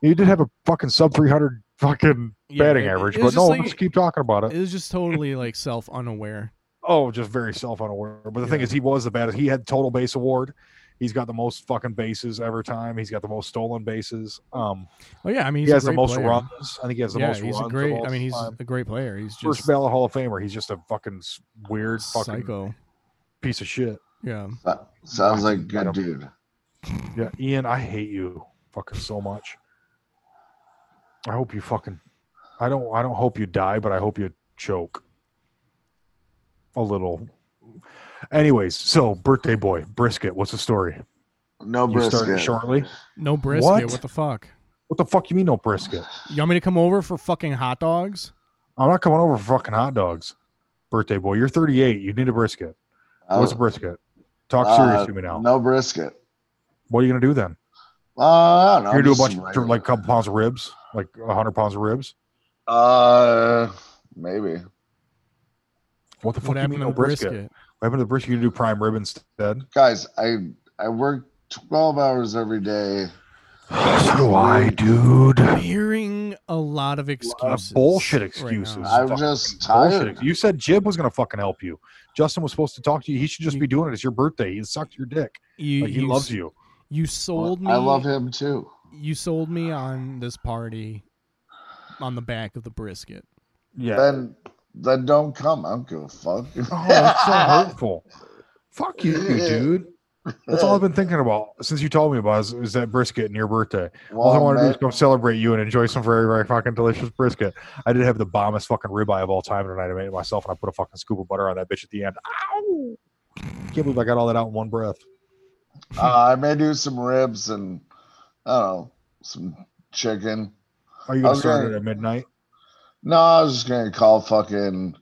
Speaker 3: you did have a fucking sub three hundred fucking
Speaker 2: Yeah,
Speaker 3: batting
Speaker 2: it-
Speaker 3: average,
Speaker 2: it was
Speaker 3: but no,
Speaker 2: just like-
Speaker 3: let's keep talking about it.
Speaker 2: it was just totally like self unaware.
Speaker 3: Oh, just very self unaware. But the thing
Speaker 2: Yeah.
Speaker 3: is, he was the baddest. He had total base award. He's got the most fucking bases every time. He's got the most stolen bases. Um,
Speaker 2: Oh yeah, I mean he's
Speaker 3: he
Speaker 2: a
Speaker 3: has the
Speaker 2: great
Speaker 3: most
Speaker 2: player.
Speaker 3: runs. I think he has the
Speaker 2: yeah,
Speaker 3: most
Speaker 2: he's
Speaker 3: runs.
Speaker 2: a
Speaker 3: of
Speaker 2: great.
Speaker 3: all
Speaker 2: I mean he's
Speaker 3: time.
Speaker 2: a great player. He's
Speaker 3: first
Speaker 2: just
Speaker 3: ballot Hall of Famer. He's just a fucking s- weird fucking
Speaker 2: psycho.
Speaker 3: piece of shit.
Speaker 2: Yeah.
Speaker 4: That sounds like a good dude.
Speaker 3: Yeah, Ian, I hate you fucking so much. I hope you fucking. I don't. I don't hope you die, but I hope you choke. A little. Anyways, so birthday boy brisket. What's the story?
Speaker 4: No
Speaker 3: You started
Speaker 4: brisket.
Speaker 3: shortly.
Speaker 2: No brisket.
Speaker 3: What?
Speaker 2: what the fuck?
Speaker 3: What the fuck you mean no brisket?
Speaker 2: You want me to come over for fucking hot dogs?
Speaker 3: I'm not coming over for fucking hot dogs. Birthday boy, you're 38. You need a brisket.
Speaker 4: Uh,
Speaker 3: What's a brisket? Talk
Speaker 4: uh,
Speaker 3: serious to me now.
Speaker 4: No brisket.
Speaker 3: What are you gonna do then?
Speaker 4: Uh, I don't know.
Speaker 3: You're gonna do a
Speaker 4: just
Speaker 3: bunch
Speaker 4: some
Speaker 3: of
Speaker 4: regular-
Speaker 3: like a couple pounds of ribs, like a hundred pounds of ribs.
Speaker 4: Uh, maybe.
Speaker 3: What the
Speaker 2: What
Speaker 3: fuck you mean
Speaker 2: happened to
Speaker 3: no
Speaker 2: the
Speaker 3: brisket?
Speaker 2: brisket?
Speaker 3: What happened to the brisket? You do prime rib instead.
Speaker 4: Guys, I I work twelve hours every day.
Speaker 3: so do I, dude.
Speaker 2: I'm hearing a lot of excuses. right
Speaker 3: bullshit
Speaker 2: now.
Speaker 3: excuses.
Speaker 4: I'm
Speaker 3: Fucking
Speaker 4: just
Speaker 3: Bullshit.
Speaker 4: tired.
Speaker 3: You said Jib was gonna fucking help you. Justin was supposed to talk to you. He should just
Speaker 2: He-
Speaker 3: be doing it. It's your birthday. He sucked your dick.
Speaker 2: you,
Speaker 3: Like, he
Speaker 2: you-
Speaker 3: loves you.
Speaker 2: You sold me.
Speaker 4: I love him too.
Speaker 2: You sold me on this party, on the back of the brisket.
Speaker 3: Yeah.
Speaker 4: Then then don't come. I don't give a fuck.
Speaker 3: Oh, that's so hurtful. Fuck you, dude. That's all I've been thinking about since you told me about is, is that brisket and your birthday. All I
Speaker 4: Well,
Speaker 3: want to do is
Speaker 4: man,
Speaker 3: come celebrate you and enjoy some very, very fucking delicious brisket. I did have the bombest fucking ribeye of all time tonight. I made it myself and I put a fucking scoop of butter on that bitch at the end. Ow! Can't believe I got all that out in one breath.
Speaker 4: uh, I may do some ribs and I don't know some chicken.
Speaker 3: Are you gonna
Speaker 4: Okay.
Speaker 3: start it at midnight?
Speaker 4: No, I was just gonna call fucking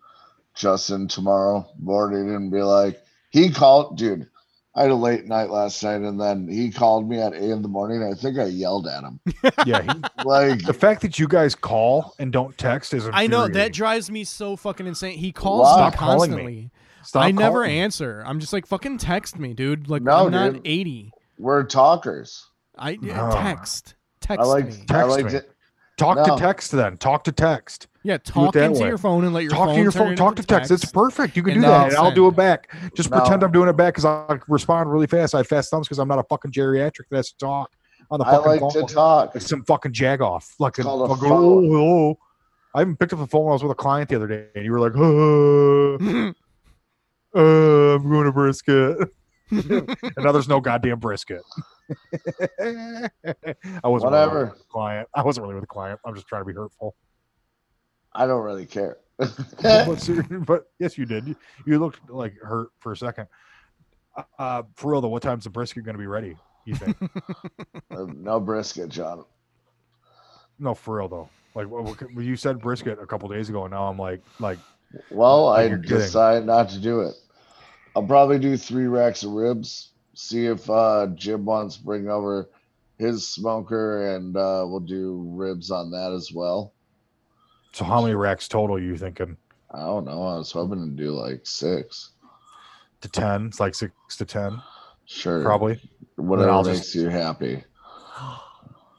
Speaker 4: Justin tomorrow morning and be like, he called, dude. I had a late night last night, and then he called me at eight in the morning. I think I yelled at him.
Speaker 3: Yeah. He,
Speaker 4: Like,
Speaker 3: the fact that you guys call and don't text is
Speaker 2: I know that
Speaker 3: infuriating.
Speaker 2: drives me so fucking insane. He calls
Speaker 4: Wow.
Speaker 2: me
Speaker 3: Stop calling me.
Speaker 2: constantly.
Speaker 3: Stop
Speaker 2: I never
Speaker 3: calling.
Speaker 2: answer. I'm just like fucking text me, dude. Like
Speaker 4: No,
Speaker 2: I'm not
Speaker 4: dude.
Speaker 2: 80.
Speaker 4: we're talkers.
Speaker 2: I
Speaker 3: No.
Speaker 2: text. Text
Speaker 4: I like,
Speaker 2: me.
Speaker 4: I
Speaker 3: Text
Speaker 4: like
Speaker 3: me.
Speaker 4: to,
Speaker 3: Talk
Speaker 4: No.
Speaker 3: to text then. Talk to text.
Speaker 2: Yeah, talk
Speaker 3: that
Speaker 2: into
Speaker 3: way.
Speaker 2: your phone and let your
Speaker 3: talk
Speaker 2: phone
Speaker 3: to your
Speaker 2: turn
Speaker 3: phone. Talk to
Speaker 2: into
Speaker 3: text. It's perfect. You can
Speaker 2: And
Speaker 3: do
Speaker 4: then
Speaker 3: that.
Speaker 4: I'll
Speaker 3: And I'll
Speaker 2: send
Speaker 3: do
Speaker 2: it.
Speaker 3: it back. Just
Speaker 4: No.
Speaker 3: pretend I'm doing it back because I respond really fast. I have fast thumbs because I'm not a fucking geriatric that's talk on the
Speaker 4: I
Speaker 3: fucking
Speaker 4: like
Speaker 3: phone.
Speaker 4: to talk.
Speaker 3: like some fucking jag off. Like a,
Speaker 4: called a
Speaker 3: I'll go,
Speaker 4: follow.
Speaker 3: "Oh, hello." I even picked up the phone when I was with a client the other day, and you were like, uh, uh, "I'm going to brisket," and now there's no goddamn brisket. I wasn't really
Speaker 4: Whatever.
Speaker 3: with a client. I wasn't really with a client. I'm just trying to be hurtful.
Speaker 4: I don't really care.
Speaker 3: but, ser- but yes, you did. You- You looked like hurt for a second. Uh, for real though, what time's the brisket going to be ready? You think?
Speaker 4: Uh, no brisket, John.
Speaker 3: no, for real though. Like what, what, you said, brisket a couple days ago, and now I'm like, like
Speaker 4: Well,
Speaker 3: I
Speaker 4: I
Speaker 3: think you're kidding.
Speaker 4: decided not to do it. I'll probably do three racks of ribs. See if uh, Jim wants to bring over his smoker, and uh, we'll do ribs on that as well.
Speaker 3: so how many racks total you thinking?
Speaker 4: I don't know. I was hoping to do like six.
Speaker 3: To ten? It's like six to ten,
Speaker 4: Sure,
Speaker 3: probably.
Speaker 4: whatever
Speaker 3: I'll
Speaker 4: makes
Speaker 3: just-
Speaker 4: you happy.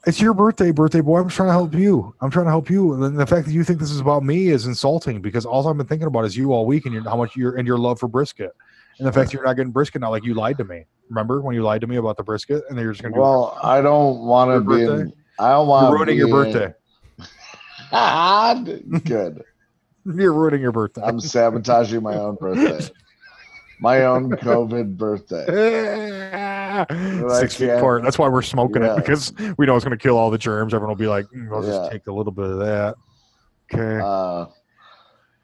Speaker 3: It's your birthday, birthday boy. I'm just trying to help you. I'm trying to help you. And then the fact that you think this is about me is insulting because all I've been thinking about is you all week and your, how much you're and your love for brisket, and the fact that you're not getting brisket now. Like you lied to me. Remember when you lied to me about the brisket and then you're just gonna
Speaker 4: Well, I don't want to
Speaker 3: Your
Speaker 4: be. In,
Speaker 3: birthday?
Speaker 4: I don't
Speaker 3: do,
Speaker 4: want.
Speaker 3: you're ruining your birthday.
Speaker 4: Good.
Speaker 3: You're ruining your birthday.
Speaker 4: I'm sabotaging my own birthday, my own COVID birthday.
Speaker 3: Six feet
Speaker 4: can't-
Speaker 3: apart. That's why we're smoking
Speaker 4: Yeah.
Speaker 3: it because we know it's going to kill all the germs. Everyone will be like, "Mm, "I'll
Speaker 4: Yeah.
Speaker 3: just take a little bit of that." Okay,
Speaker 4: Uh,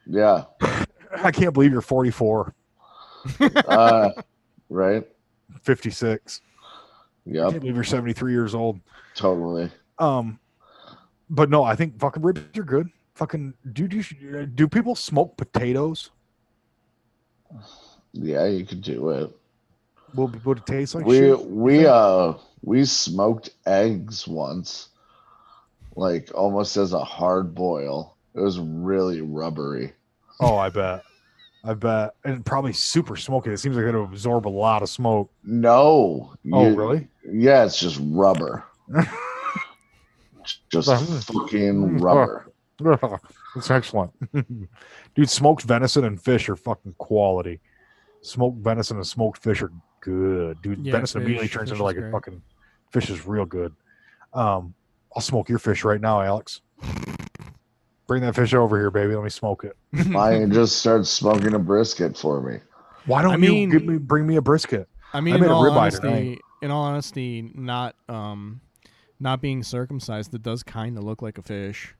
Speaker 4: yeah.
Speaker 3: I can't believe you're 44,
Speaker 4: uh, right?
Speaker 3: 56. I
Speaker 4: Yep,
Speaker 3: can't believe you're 73 years old.
Speaker 4: totally.
Speaker 3: Um, but no, I think fucking ribs are good. Fucking do do do people smoke potatoes?
Speaker 4: Yeah, you could do it.
Speaker 3: Will will it taste like
Speaker 4: We
Speaker 3: shit?
Speaker 4: we uh we smoked eggs once, like almost as a hard boil. It was really rubbery.
Speaker 3: Oh, I bet. I bet, and probably super smoky. It seems like it'll absorb a lot of smoke.
Speaker 4: No.
Speaker 3: Oh,
Speaker 4: you-
Speaker 3: really?
Speaker 4: Yeah, it's just rubber. Just
Speaker 3: Uh-huh.
Speaker 4: fucking rubber.
Speaker 3: That's excellent. Dude, smoked venison and fish are fucking quality. Smoked venison and smoked fish are good. Dude,
Speaker 2: Yeah,
Speaker 3: venison immediately
Speaker 2: fish-
Speaker 3: turns
Speaker 2: fish
Speaker 3: into
Speaker 2: is
Speaker 3: like a
Speaker 2: great.
Speaker 3: fucking fish is real good. Um, I'll smoke your fish right now, Alex. Bring that fish over here, baby. Let me smoke it.
Speaker 4: Mine just started smoking a brisket for me.
Speaker 3: Why don't
Speaker 2: I mean-
Speaker 3: you give me bring me a brisket?
Speaker 2: I mean,
Speaker 3: I made
Speaker 2: in
Speaker 3: a
Speaker 2: all
Speaker 3: ribeye
Speaker 2: honesty,
Speaker 3: tonight.
Speaker 2: in all honesty, not um, not being circumcised, it does kind of look like a fish.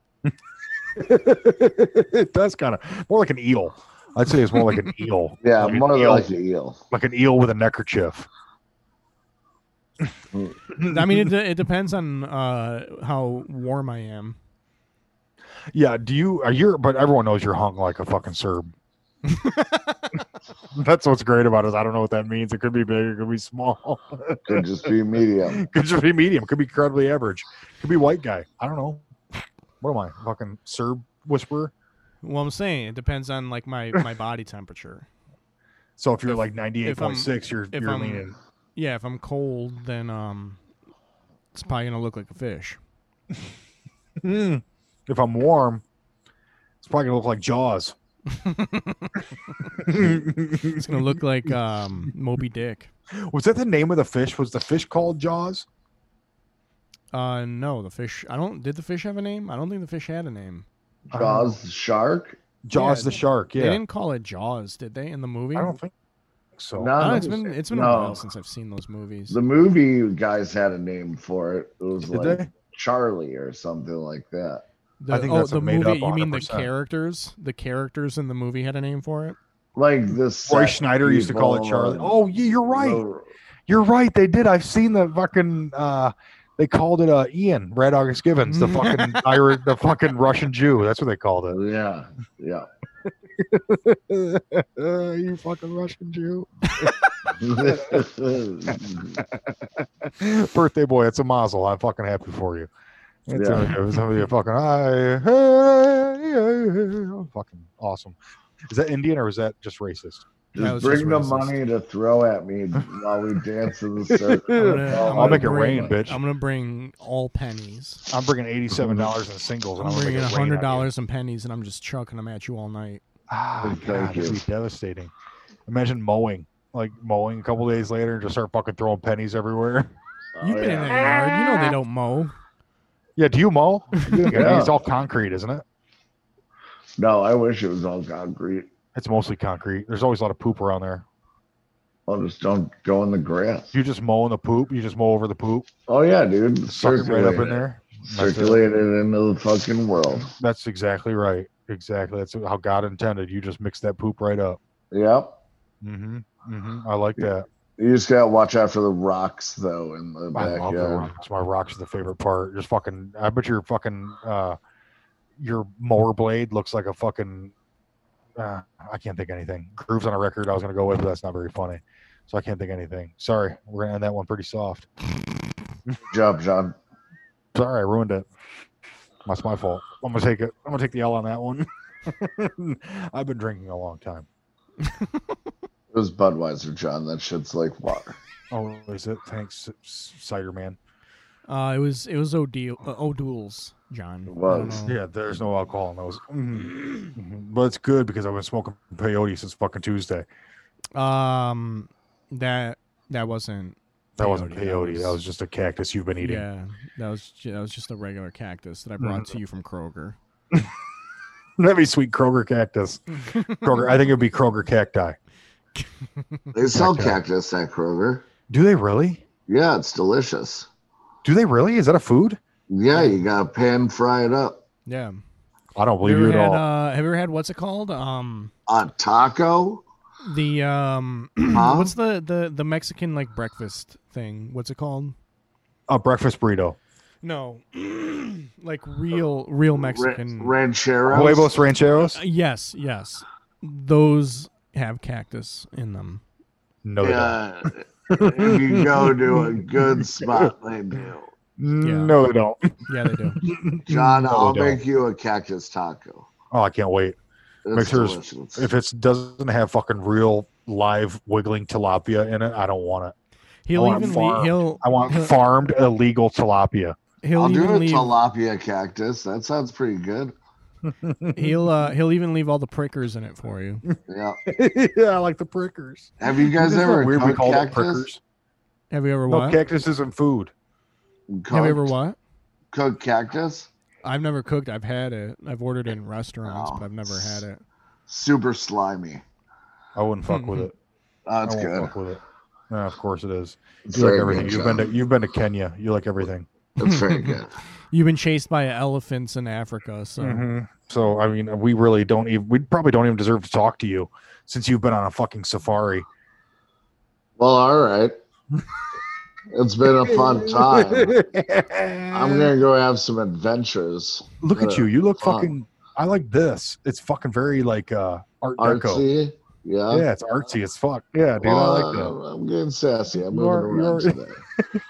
Speaker 3: it does kind of more like an eel. I'd say it's more like an eel.
Speaker 4: Yeah,
Speaker 3: like an
Speaker 4: more
Speaker 3: eel-
Speaker 4: like an eel.
Speaker 3: like an eel with a neckerchief.
Speaker 2: I mean, it, de- it depends on uh, how warm I am.
Speaker 3: Yeah, do you are you but everyone knows you're hung like a fucking Serb. That's what's great about it. Is I don't know what that means. It could be big, it could be small,
Speaker 4: Could just be medium.
Speaker 3: it could just be medium, it could be incredibly average, it could be white guy. I don't know. What am I? Fucking Serb whisperer?
Speaker 2: Well, I'm saying it depends on like my my body temperature.
Speaker 3: So if you're
Speaker 2: If-
Speaker 3: like ninety eight point six, you're
Speaker 2: if
Speaker 3: you're
Speaker 2: I'm-
Speaker 3: leaning.
Speaker 2: Yeah, if I'm cold, then um, it's probably gonna look like a fish. Hmm.
Speaker 3: Mm. If I'm warm, it's probably gonna look like Jaws.
Speaker 2: It's gonna look like um, Moby Dick.
Speaker 3: was that the name of the fish? Was the fish called Jaws?
Speaker 2: Uh, no, the fish. I don't. Did the fish have a name? I don't think the fish had a name.
Speaker 3: I don't know.
Speaker 4: Jaws the shark?
Speaker 3: Jaws
Speaker 2: Yeah,
Speaker 3: the shark.
Speaker 2: They
Speaker 3: Yeah,
Speaker 2: didn't call it Jaws, did they? In the movie?
Speaker 3: I don't think so.
Speaker 4: No,
Speaker 2: I don't know, it's been it's been a
Speaker 4: No.
Speaker 2: while since I've seen those movies.
Speaker 4: The movie guys had a name for it. It was
Speaker 3: Did
Speaker 4: like
Speaker 3: they?
Speaker 4: Charlie or something like that.
Speaker 2: The-
Speaker 3: I think
Speaker 2: oh,
Speaker 3: that's a
Speaker 2: the
Speaker 3: made-up
Speaker 2: movie. You mean the
Speaker 3: 100%.
Speaker 2: characters? The characters in the movie had a name for it.
Speaker 4: Like this.
Speaker 3: Roy Schneider used to call it Charlie. Oh, yeah, you're right. You're right. They did. I've seen the fucking. Uh, they called it uh, Ian Red August Gibbons, the fucking Irish, the fucking Russian Jew. That's what they called it.
Speaker 4: yeah, yeah.
Speaker 3: you fucking Russian Jew. Birthday boy, it's a mazel. I'm fucking happy for you. It's
Speaker 4: Yeah.
Speaker 3: yeah. somebody a fucking I, fucking awesome. Is that Indian or is that just racist?
Speaker 2: That was
Speaker 4: just bring
Speaker 2: just
Speaker 4: the
Speaker 2: racist.
Speaker 4: money to throw at me while we dance in the circle.
Speaker 2: I'm gonna-
Speaker 4: Oh,
Speaker 2: I'm
Speaker 3: I'll
Speaker 2: gonna
Speaker 3: make it
Speaker 2: bring-
Speaker 3: rain, bitch.
Speaker 2: I'm gonna bring all pennies.
Speaker 3: I'm bringing eighty-seven dollars in singles. and
Speaker 2: I'm
Speaker 3: gonna make
Speaker 2: bringing
Speaker 3: it rain on
Speaker 2: hundred
Speaker 3: you.
Speaker 2: dollars in pennies, and I'm just chucking them at you all night.
Speaker 3: Ah,
Speaker 4: Thank
Speaker 3: God, it'd
Speaker 4: you.
Speaker 3: be devastating. Imagine mowing, like mowing a couple days later and just start fucking throwing pennies everywhere. Oh,
Speaker 2: You've been in
Speaker 4: Oh, yeah.
Speaker 2: that yard. You know they don't mow.
Speaker 3: Yeah, do you mow? You think- I mean,
Speaker 4: Yeah.
Speaker 3: It's all concrete, isn't it?
Speaker 4: No, I wish it was all concrete.
Speaker 3: It's mostly concrete. There's always a lot of poop around there.
Speaker 4: I'll just don't go in the grass.
Speaker 3: You just mow in the poop. You just mow over the poop.
Speaker 4: Oh yeah, dude.
Speaker 3: Suck it right up in
Speaker 4: Circulate it.
Speaker 3: there. That's it.
Speaker 4: Circulate it into the fucking world.
Speaker 3: That's exactly right. Exactly. That's how God intended. You just mix that poop right up.
Speaker 4: Yep.
Speaker 3: Mm-hmm. Mm-hmm. I like that.
Speaker 4: You just gotta watch out for the rocks though in the
Speaker 3: I love the
Speaker 4: backyard.
Speaker 3: rocks. My rocks are the favorite part. Just fucking. I bet your fucking uh, your mower blade looks like a fucking. Uh, I can't think of anything. Grooves on a record. I was gonna go with, but that's not very funny. So I can't think of anything. Sorry, we're gonna end that one pretty soft.
Speaker 4: Good job, John.
Speaker 3: Sorry, I ruined it. That's my fault. I'm gonna take it. I'm gonna take the L on that one. I've been drinking a long time.
Speaker 4: It was Budweiser, John. That shit's like water.
Speaker 3: Oh, is it? Thanks, cider man.
Speaker 2: Uh, it was it was O'Deal, uh, O'Doul's, John.
Speaker 4: It was.
Speaker 2: I don't know.
Speaker 3: Yeah, there's no alcohol in those. Mm. Mhm. But it's good because I've been smoking peyote since fucking Tuesday.
Speaker 2: Um, that that wasn't.
Speaker 3: That wasn't
Speaker 2: Peyote, that
Speaker 3: peyote. That
Speaker 2: was-
Speaker 3: was just a cactus you've been eating.
Speaker 2: Yeah, that was ju- that was just a regular cactus that I brought
Speaker 3: Mm-hmm.
Speaker 2: to you from Kroger.
Speaker 3: That'd be sweet Kroger cactus. Kroger. I think it'd be Kroger cacti.
Speaker 4: They sell
Speaker 3: Okay.
Speaker 4: cactus at Kroger.
Speaker 3: Do they really?
Speaker 4: Yeah, it's delicious.
Speaker 3: Do they really? Is that a food?
Speaker 4: Yeah, you gotta pan fry it up.
Speaker 2: Yeah.
Speaker 3: I don't believe
Speaker 2: you
Speaker 3: you
Speaker 2: ever
Speaker 3: at
Speaker 2: had,
Speaker 3: all.
Speaker 2: uh, have you ever had what's it called? Um,
Speaker 4: A taco?
Speaker 2: the um,
Speaker 4: Huh?
Speaker 2: what's the the the Mexican like breakfast thing? What's it called?
Speaker 3: a breakfast burrito.
Speaker 2: No, like real real Mexican.
Speaker 4: Ra- rancheros?
Speaker 3: Huevos rancheros?
Speaker 2: Uh, yes, yes. Those have cactus in them.
Speaker 3: No,
Speaker 4: Yeah.
Speaker 3: they don't.
Speaker 4: if you go to a good spot, they do.
Speaker 3: No, they don't.
Speaker 2: Yeah, they
Speaker 4: Oh,
Speaker 2: do.
Speaker 4: John,
Speaker 3: No, they
Speaker 4: I'll
Speaker 3: don't.
Speaker 4: make you a cactus taco.
Speaker 3: Oh, I can't wait.
Speaker 4: It's
Speaker 3: Make sure it's-
Speaker 4: delicious.
Speaker 3: If it doesn't have fucking real live wiggling tilapia in it, I don't want it.
Speaker 2: He'll
Speaker 3: I want
Speaker 2: even leave,
Speaker 3: farmed.
Speaker 2: he'll
Speaker 3: I want
Speaker 2: Huh.
Speaker 3: farmed illegal tilapia.
Speaker 2: he'll
Speaker 4: I'll do
Speaker 2: even
Speaker 4: a
Speaker 2: leave
Speaker 4: tilapia cactus. That sounds pretty good.
Speaker 2: he'll uh, he'll even leave all the prickers in it for you.
Speaker 4: Yeah.
Speaker 3: yeah, I like the prickers.
Speaker 4: Have you guys
Speaker 3: Isn't that
Speaker 4: ever
Speaker 3: weird we
Speaker 4: cooked
Speaker 3: call them
Speaker 4: cactus?
Speaker 3: prickers?
Speaker 2: Have you ever
Speaker 3: No,
Speaker 2: what?
Speaker 3: cactus isn't food.
Speaker 2: Have you ever
Speaker 4: Cooked-
Speaker 2: what?
Speaker 4: cooked cactus?
Speaker 2: I've never cooked. I've had it. I've ordered in restaurants,
Speaker 4: Oh.
Speaker 2: but I've never had it.
Speaker 4: Super slimy.
Speaker 3: I wouldn't fuck with it.
Speaker 4: Oh,
Speaker 3: I
Speaker 4: that's
Speaker 3: won't
Speaker 4: good.
Speaker 3: fuck with it. No, of course it is.
Speaker 4: It's
Speaker 3: You like
Speaker 4: very
Speaker 3: everything.
Speaker 4: good,
Speaker 3: You've
Speaker 4: John.
Speaker 3: been to you've been to Kenya. You like everything.
Speaker 4: It's very good.
Speaker 2: You've been chased by elephants in Africa, so
Speaker 4: Mm-hmm.
Speaker 2: mm-hmm.
Speaker 3: So I mean, we really don't even we probably don't even deserve to talk to you since you've been on a fucking safari.
Speaker 4: Well, all right. It's been a fun time. I'm gonna go have some adventures.
Speaker 3: look at you. You look
Speaker 4: Fun.
Speaker 3: fucking. I like this. It's fucking very like uh art deco.
Speaker 4: Artsy, yeah.
Speaker 3: Yeah, it's artsy as fuck. Yeah, dude, I
Speaker 4: Well,
Speaker 3: like that.
Speaker 4: I'm getting sassy. I'm
Speaker 3: You
Speaker 4: moving
Speaker 3: are- you
Speaker 4: around
Speaker 3: are-
Speaker 4: today.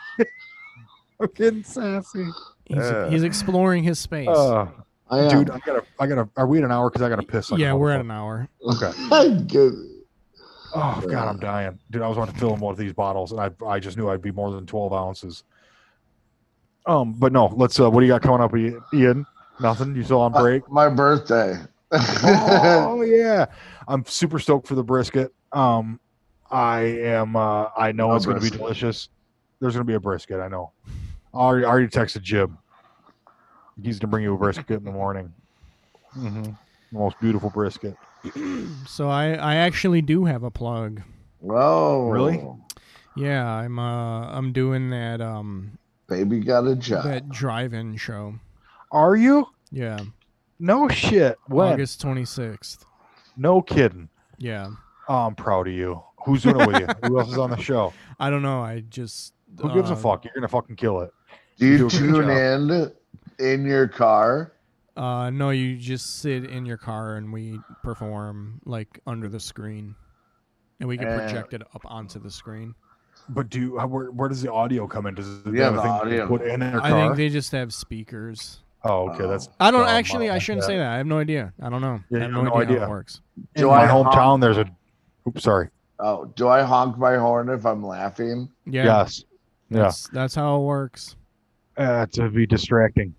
Speaker 3: Fucking sassy.
Speaker 2: he's,
Speaker 3: Uh.
Speaker 2: he's exploring his space.
Speaker 4: Oh.
Speaker 3: Uh,
Speaker 4: I am.
Speaker 3: dude, I gotta, I gotta. Are we at an hour? Because I gotta piss. Like a
Speaker 2: yeah, we're at
Speaker 3: motherfucker.
Speaker 2: an hour.
Speaker 3: okay.
Speaker 4: I'm good.
Speaker 3: Oh god, I'm dying, dude. I was wanting to fill him with these bottles, and I I just knew I'd be more than twelve ounces. Um, but no, let's. Uh, what do you got coming up, I- Ian? Nothing. You still on break?
Speaker 4: My birthday.
Speaker 3: oh yeah, I'm super stoked for the brisket. Um, I am. Uh, I know
Speaker 4: No
Speaker 3: it's going to be
Speaker 4: brisket.
Speaker 3: delicious. There's going to be a brisket. I know. I already, I already texted Jim. He's going to bring you a brisket in the morning. hmm The most beautiful brisket.
Speaker 2: So I I actually do have a plug.
Speaker 4: Whoa.
Speaker 3: Really?
Speaker 2: Yeah, I'm uh I'm doing that um
Speaker 4: Baby got a job.
Speaker 2: that drive-in show.
Speaker 3: Are you?
Speaker 2: Yeah,
Speaker 3: No shit. When?
Speaker 2: August 26th.
Speaker 3: No kidding.
Speaker 2: Yeah.
Speaker 3: Oh, I'm proud of you. Who's doing it with you? Who else is on the show?
Speaker 2: I don't know. I just
Speaker 3: Who gives a
Speaker 2: uh,
Speaker 3: fuck? You're gonna fucking kill it.
Speaker 4: Do
Speaker 3: You
Speaker 4: you,
Speaker 3: do a good
Speaker 4: tune
Speaker 3: job.
Speaker 4: in in your car?
Speaker 2: Uh, no, you just sit in your car and we perform like under the screen, and we can
Speaker 4: Uh,
Speaker 2: project it up onto the screen.
Speaker 3: But do you, how- where where does the audio come in? Does it
Speaker 4: Yeah,
Speaker 3: have a
Speaker 4: the
Speaker 3: thing that you
Speaker 4: audio.
Speaker 3: put in their
Speaker 2: I
Speaker 3: car?
Speaker 2: think they just have speakers.
Speaker 3: Oh, okay.
Speaker 4: Um,
Speaker 3: That's
Speaker 2: I don't
Speaker 3: Oh,
Speaker 2: actually.
Speaker 3: wow,
Speaker 2: I shouldn't
Speaker 3: yeah.
Speaker 2: say that. I have no idea. I don't know.
Speaker 3: Yeah,
Speaker 2: I have
Speaker 3: you
Speaker 2: no idea,
Speaker 3: have no
Speaker 2: how it
Speaker 3: idea.
Speaker 2: works.
Speaker 3: in
Speaker 4: Do
Speaker 3: my
Speaker 4: I honk-
Speaker 3: hometown. There's a. Oops, sorry.
Speaker 4: Oh, do I honk my horn if I'm laughing?
Speaker 2: Yeah,
Speaker 3: Yes. Yeah.
Speaker 2: That's, that's how it works.
Speaker 3: Uh, to be distracting.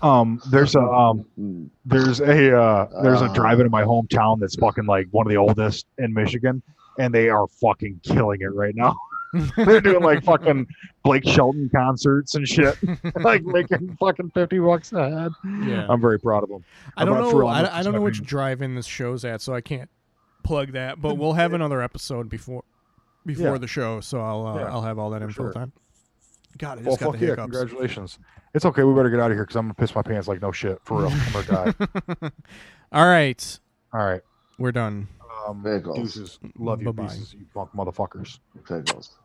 Speaker 3: Um, there's a um,
Speaker 4: Mm.
Speaker 3: there's a uh, there's a
Speaker 4: Uh.
Speaker 3: drive-in in my hometown that's fucking like one of the oldest in Michigan, and they are fucking killing it right now. They're doing like fucking Blake Shelton concerts and shit, like making fucking fifty bucks a head.
Speaker 2: Yeah.
Speaker 3: I'm very proud of them.
Speaker 2: I don't
Speaker 3: I'm not sure
Speaker 2: know.
Speaker 3: how much
Speaker 2: I, I
Speaker 3: is
Speaker 2: don't know
Speaker 3: my
Speaker 2: which
Speaker 3: favorite.
Speaker 2: drive-in this show's at, so I can't plug that. But we'll have another episode before before
Speaker 3: Yeah.
Speaker 2: the show, so I'll uh,
Speaker 3: Yeah.
Speaker 2: I'll have all that
Speaker 3: for
Speaker 2: info
Speaker 3: sure.
Speaker 2: time. God, I
Speaker 3: Well,
Speaker 2: just got
Speaker 3: fuck
Speaker 2: the
Speaker 3: yeah!
Speaker 2: hiccups.
Speaker 3: Congratulations. It's okay. We better get out of here because I'm gonna piss my pants like no shit for real. I'm gonna die.
Speaker 2: all right,
Speaker 3: All right.
Speaker 2: we're done.
Speaker 3: Uh, Um,
Speaker 4: Pickles.
Speaker 3: deuces. Love you,
Speaker 2: Bye-bye.
Speaker 3: pieces, you punk motherfuckers.
Speaker 4: Pickles.